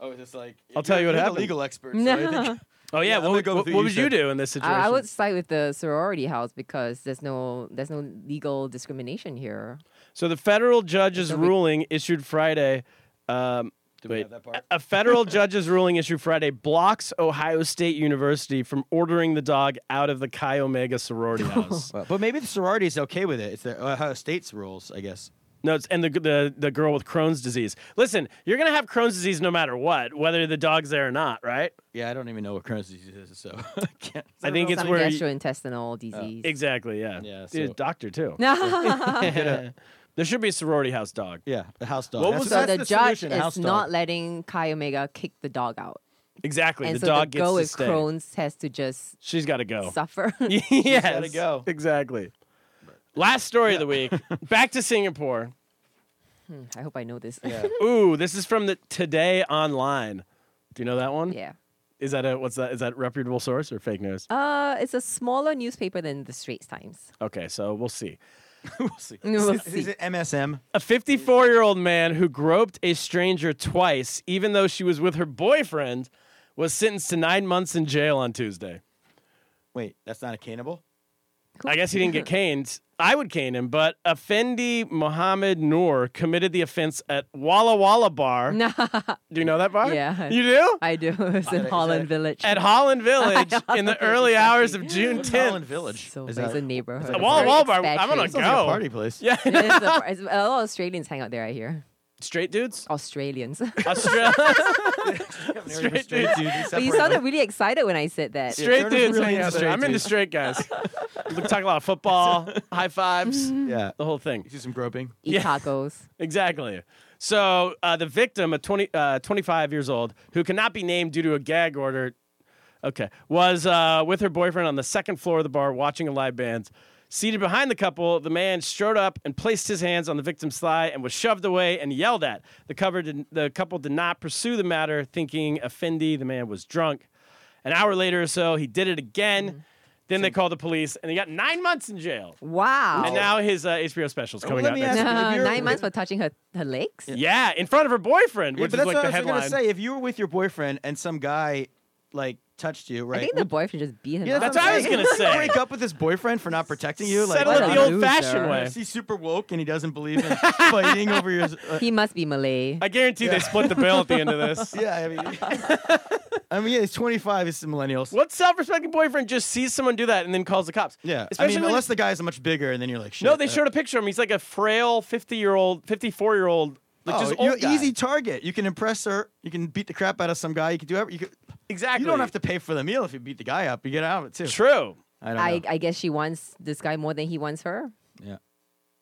S2: oh, it's just like
S1: I'll tell you what
S2: you're the
S1: happened.
S2: legal expert.
S4: No.
S2: So [laughs] I think,
S1: Oh yeah,
S2: Yeah, I'm
S1: what
S2: gonna
S1: would,
S2: go
S1: what,
S2: with what
S1: what
S2: you
S1: would you
S2: said.
S1: do in this situation?
S4: I, I would side with the sorority house because there's no there's no legal discrimination here.
S1: So the federal judge's
S4: So we-
S1: ruling issued Friday. Um,
S2: we
S1: wait.
S2: have that part?
S1: A
S2: [laughs]
S1: federal judge's ruling issued Friday blocks Ohio State University from ordering the dog out of the Chi Omega
S2: [laughs]
S1: sorority house.
S2: Well, but maybe the sorority is okay with it. It's the Ohio State's rules, I guess.
S1: No, it's, and the, the the girl with Crohn's disease. Listen, you're gonna have Crohn's disease no matter what, whether the dog's there or not, right?
S2: Yeah, I don't even know what Crohn's disease is, so [laughs] I can't.
S1: I think it's
S4: Some
S1: where you- Uh,
S4: gastrointestinal disease.
S1: exactly, yeah.
S2: Yeah,
S1: Dude,
S2: so-
S1: doctor too.
S4: [laughs] so
S1: There should be a sorority house dog.
S2: Yeah, the house dog.
S1: What
S2: That's-
S1: was
S2: that's
S4: the, judge
S2: solution, a house
S4: is
S2: dog.
S4: not letting Chi Omega kick the dog out,
S1: Exactly.
S4: and
S1: the
S4: so
S1: dog
S4: the
S1: gets
S4: girl
S1: to
S4: with
S1: stay. Oh.
S4: Crohn's has to just
S1: She's got to go. [laughs]
S4: suffer. [laughs]
S1: yes.
S2: gotta go.
S4: [laughs]
S1: Exactly. Last story of the week. Back to Singapore.
S4: I hope I know this.
S1: Ooh, this is from the Today Online. Do you know that one?
S4: [laughs] yeah.
S1: Is that a what's that? Is that reputable source or fake news?
S4: Uh, it's a smaller newspaper than the Straits
S1: [laughs]
S4: Times. [laughs]
S1: Okay, so we'll see.
S2: we'll see.
S4: [laughs] We'll
S2: Is it- Is
S4: see.
S2: it MSM?
S1: A 54 year old man who groped a stranger twice, even though she was with her boyfriend, was sentenced to nine months in jail on Tuesday.
S2: Wait, that's not a cannibal.
S1: I guess he didn't
S2: [laughs]
S1: get caned. I would cane him, but Effendi Mohammed Noor committed the offense at Walla Walla
S2: [laughs]
S1: Bar. Do you know that bar?
S4: Yeah.
S1: You do?
S4: [laughs] I do. [laughs] It's in Holland Village.
S1: At
S2: [laughs]
S1: Holland Village in the early hours of June 10th.
S2: Holland Village.
S4: so
S2: Is
S4: funny. it's
S2: that-
S4: a neighborhood.
S1: a Walla
S4: Very
S1: Walla Bar. I'm gonna
S4: expatriates.
S2: Sounds like
S1: go.
S2: a party place. [laughs]
S1: Yeah.
S4: It is a, bar. [laughs] It's- a lot of Australians hang out there. I hear
S1: Straight
S2: [laughs]
S1: dudes?
S4: Australians. [laughs]
S1: Australia.
S2: Straight,
S1: Straight
S2: dude.
S4: but you sounded really excited when I said that.
S1: straight
S2: Turner's
S1: dudes.
S2: really
S1: hang out
S2: into
S1: there. I'm into
S2: straight dudes.
S1: straight
S2: [laughs]
S1: guys. We talk a lot of football, high fives, the
S2: Yeah.
S1: whole thing.
S2: Do some groping.
S4: Eat
S1: Yeah.
S4: E tacos.
S1: Exactly. So uh, the victim, a 20, uh, 25 years old, who cannot be named due to a gag order, okay, was uh, with her boyfriend on the second floor of the bar watching a live band. Seated behind the couple, the man strode up and placed his hands on the victim's thigh and was shoved away and yelled at. The, cover did, the couple did not pursue the matter, thinking Effendi, the man, was drunk. An hour later or so, he did it again.
S2: Mm-hmm.
S1: Then they called the police, and he got nine months in jail.
S4: Wow.
S1: [laughs]
S4: [laughs]
S1: And now his uh, HBO special is coming
S2: let
S1: out
S2: me
S1: next
S2: ask you, if you're-
S4: Nine months for touching her, her legs.
S1: yeah, in front of her boyfriend,
S2: Yeah,
S1: which
S2: but
S1: is
S2: that's
S1: like
S2: what
S1: the
S2: I was
S1: headline.
S2: gonna say. If you were with your boyfriend and some guy like touched you, right?
S4: I think the
S2: would-
S4: boyfriend just beat him.
S2: Yeah,
S4: up.
S1: That's what I was
S2: saying.
S1: gonna
S2: Would you
S1: say.
S2: [laughs] Break up with his boyfriend for not protecting you. Like,
S1: Settle
S4: What
S1: it
S4: a
S1: the old
S4: loser.
S1: fashioned way.
S2: He's super woke and he doesn't believe
S1: [laughs]
S2: in fighting over your. Uh,
S4: He must be Malay.
S1: I guarantee they split the bill at the end of this.
S2: [laughs] yeah,
S1: [laughs]
S2: I mean, I mean, yeah, he's 25. He's the millennials.
S1: What self respecting boyfriend just sees someone do that and then calls the cops?
S2: Yeah,
S1: Especially
S2: I mean,
S1: when-
S2: unless the guy's much bigger, and then you're like, Shit,
S1: No, they
S2: uh,
S1: showed a picture of him. He's like a frail 50 year old, 54 year old. Like
S2: oh,
S1: just
S2: you're
S1: old guy.
S2: easy target. You can impress her. You can beat the crap out of some guy. You can do every. You, can,
S1: Exactly.
S2: you don't have to pay for the meal if you beat the guy up. You get out of it too.
S1: True.
S2: I don't
S4: I,
S2: know.
S4: I guess she wants this guy more than he wants her.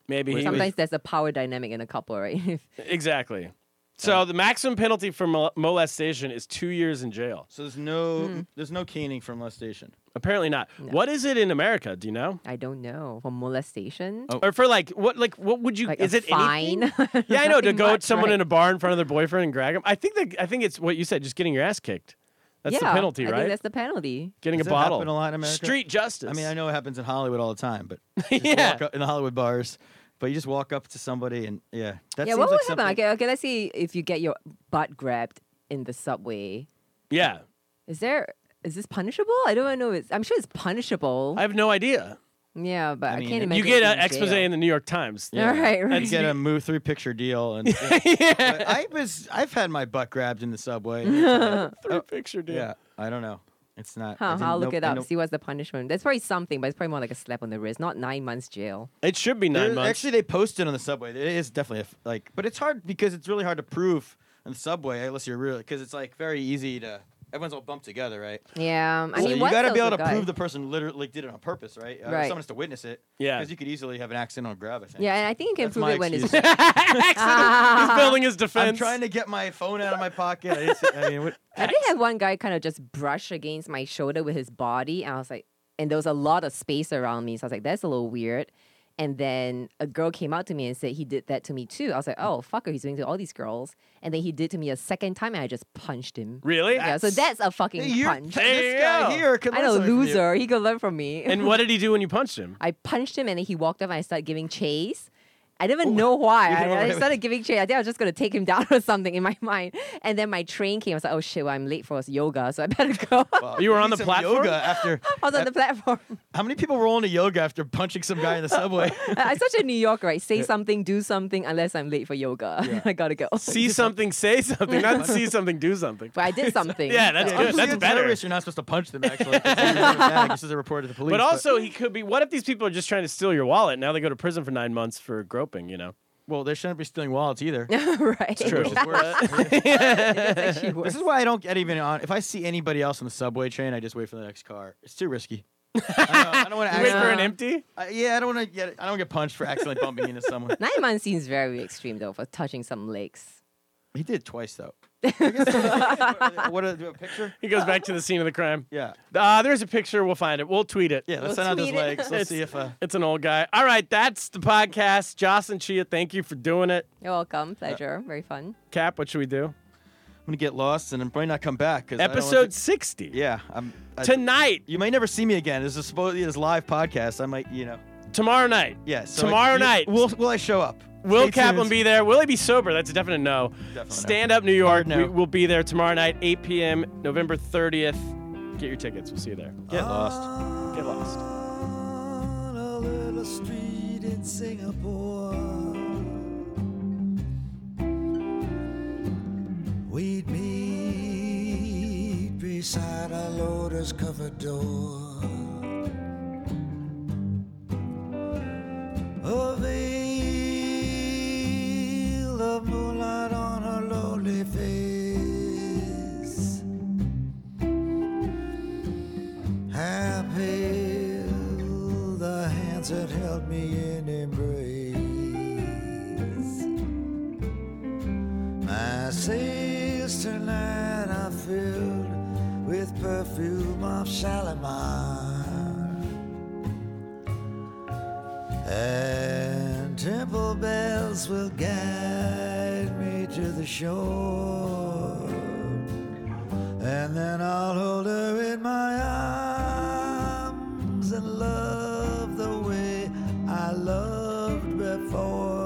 S1: Maybe he
S4: Sometimes there's a power dynamic in a couple, right? [laughs]
S1: Exactly. So the maximum penalty for mol- molestation is two years in jail.
S2: So there's no
S4: Hmm.
S2: there's no caning for molestation.
S1: Apparently not. What is it in America? Do you know?
S4: I don't know. For molestation?
S2: Oh.
S1: Or for like what? Like what would you?
S4: Like
S1: is
S4: a
S1: it anything?
S4: fine? [laughs]
S1: Yeah, I know to
S4: Nothing
S1: go at
S4: much,
S1: someone
S4: right?
S1: in a bar in front of their boyfriend and drag him. I think that I think it's what you said, just getting your ass kicked. That's
S4: yeah,
S1: the penalty,
S4: I think
S1: right?
S4: that's the penalty.
S1: getting
S2: Does
S1: a
S2: that happen
S1: bottle.
S2: a lot in America?
S1: Street justice.
S2: I mean, I know it happens in Hollywood all
S1: [laughs]
S2: the time, but just
S1: Yeah.
S2: walk up in the Hollywood bars, but you just walk up to somebody and yeah, that
S4: yeah,
S2: seems
S4: what would
S2: like
S4: happen?
S2: something.
S4: Okay, okay, let's see if you get your butt grabbed in the subway.
S1: Yeah,
S4: Is there. Is this punishable? I don't know. It's, I'm sure it's punishable.
S1: I have no idea.
S4: yeah, but I,
S2: mean,
S4: can't
S2: you
S4: imagine.
S1: you get
S4: it
S1: an
S4: being
S1: expose
S4: jail.
S1: in the New York Times.
S4: All [laughs] right,
S2: You
S4: right.
S2: get a move three picture deal,
S4: [laughs]
S2: and But I was I've had my butt grabbed in the
S4: [laughs]
S2: subway.
S1: Through picture, dude.
S2: uh, yeah, I don't know. It's not. I
S4: Huh,
S2: didn't
S4: I'll
S2: know-
S4: look it
S2: I
S4: up,
S2: know-
S4: see what's the punishment. That's probably something, but it's probably more like a slap on the wrist, not nine months jail.
S1: It should be nine
S2: There-
S1: months.
S2: Actually, they posted on the subway. It is definitely a f like, but it's hard because it's really hard to prove on the subway unless you're real because it's like very easy to. Everyone's all bumped together, right?
S4: Yeah. um, I
S2: So
S4: mean,
S2: you
S4: what's
S2: got to
S4: those
S2: be able to
S4: with guys?
S2: prove the person literally did it on purpose, right? Uh,
S4: Right.
S2: Someone has to witness it.
S1: Yeah.
S2: Because you could easily have an accidental grab. I think.
S4: [laughs] Yeah, and I think you can
S2: That's
S4: prove
S2: my
S4: it when
S2: excuse.
S4: it's. [laughs]
S1: He's building his defense.
S2: I'm trying to get my phone out of my pocket. I, just, I mean, what,
S4: I did have one guy kind of just brush against my shoulder with his body, and I was like, and there was a lot of space around me, so I was like, that's a little weird. And then a girl came out to me and said he did that to me too. I was like, oh fucker, he's doing to all these girls. And then he did to me a second time, and I just punched him.
S1: really?
S4: Yeah, so that's a fucking
S2: Hey, you're-
S4: punch.
S1: Hey,
S2: this guy
S1: yo.
S2: here could
S4: I
S2: learn
S4: know,
S2: something from you.
S4: loser. He could learn from me.
S1: And what did he do when you punched
S2: [laughs]
S1: him?
S4: I punched him and then he walked up and I started giving chase. I didn't even know why.
S2: You didn't
S4: I, I
S2: know-
S4: started giving chase. I think I was just gonna take him [laughs] down or something in my mind. And then my train came. I was like, oh shit, well, I'm late for yoga, so I better
S1: [laughs]
S4: go.
S2: Wow.
S1: You were
S2: I
S1: on
S2: need
S1: the
S2: some
S1: platform?
S2: Yoga after
S4: [laughs] I was on the platform. [laughs]
S2: how many people roll into yoga after punching some guy in the subway?
S4: I'm such a New Yorker, right? Say something, do something, unless I'm late for yoga. [laughs] I gotta go.
S1: See something, say something. Not see something, do something.
S4: But
S1: [laughs]
S4: I did something.
S1: Yeah, that's
S4: so-
S1: good.
S2: Obviously,
S1: That's
S2: a
S1: better.
S2: terrorist, You're not supposed to punch them. Actually, this is a report to the police.
S1: But also, he could be. What if these people are just trying to steal your wallet? Now they go to prison for nine months for groping. You know.
S2: well, they shouldn't be stealing wallets either.
S4: [laughs] right.
S1: True.
S2: Which is worse.
S4: Actually
S2: this
S4: works.
S2: is why I don't get even on. If I see anybody else on the subway train, I just wait for the next car. It's too risky. I don't, know, I don't [laughs] want to.
S1: Wait for an empty.
S2: yeah, I don't want to get. I don't get punched for accidentally bumping into someone.
S4: Nine months seems very extreme though for touching some legs.
S2: He did it twice though. I guess- what a, do a picture?
S1: He goes back to the scene of the crime.
S2: Yeah.
S1: Uh, there's a picture. We'll find it. We'll tweet it.
S2: Yeah, let's
S4: We'll
S2: send out his
S4: tweet it.
S2: legs. Let's see if uh,
S1: It's an old guy. All right, that's the podcast. Jocelyn Chia, thank you for doing it.
S4: You're welcome. Pleasure. Very fun.
S1: Cap, what should we do?
S2: I'm gonna get lost and I might not come back. 'cause I don't wanna
S1: Episode
S2: do-
S1: 60.
S2: yeah. I'm. I,
S1: Tonight,
S2: you may never see me again. This is supposed to be this live podcast. I might, you know.
S1: tomorrow night.
S2: Yeah. So
S1: Tomorrow
S2: you-
S1: night.
S2: Will Will I show up?
S1: Will
S2: Stay
S1: Kaplan
S2: tuned.
S1: be there? Will he be sober? That's a definite no.
S2: no.
S1: Stand Up New York
S2: Hard no.
S1: we, will be there tomorrow night, 8 p.m., November 30th. Get your tickets. We'll see you there.
S2: Get lost.
S1: Get lost.
S5: on a little street in Singapore. We'd meet beside a lotus covered door. A veil of moonlight on her lonely face happy the hands that held me in embrace my sails tonight are filled with perfume of Shalimar and temple bells will guide me to the shore and then I'll hold her in my arms and love the way I loved before.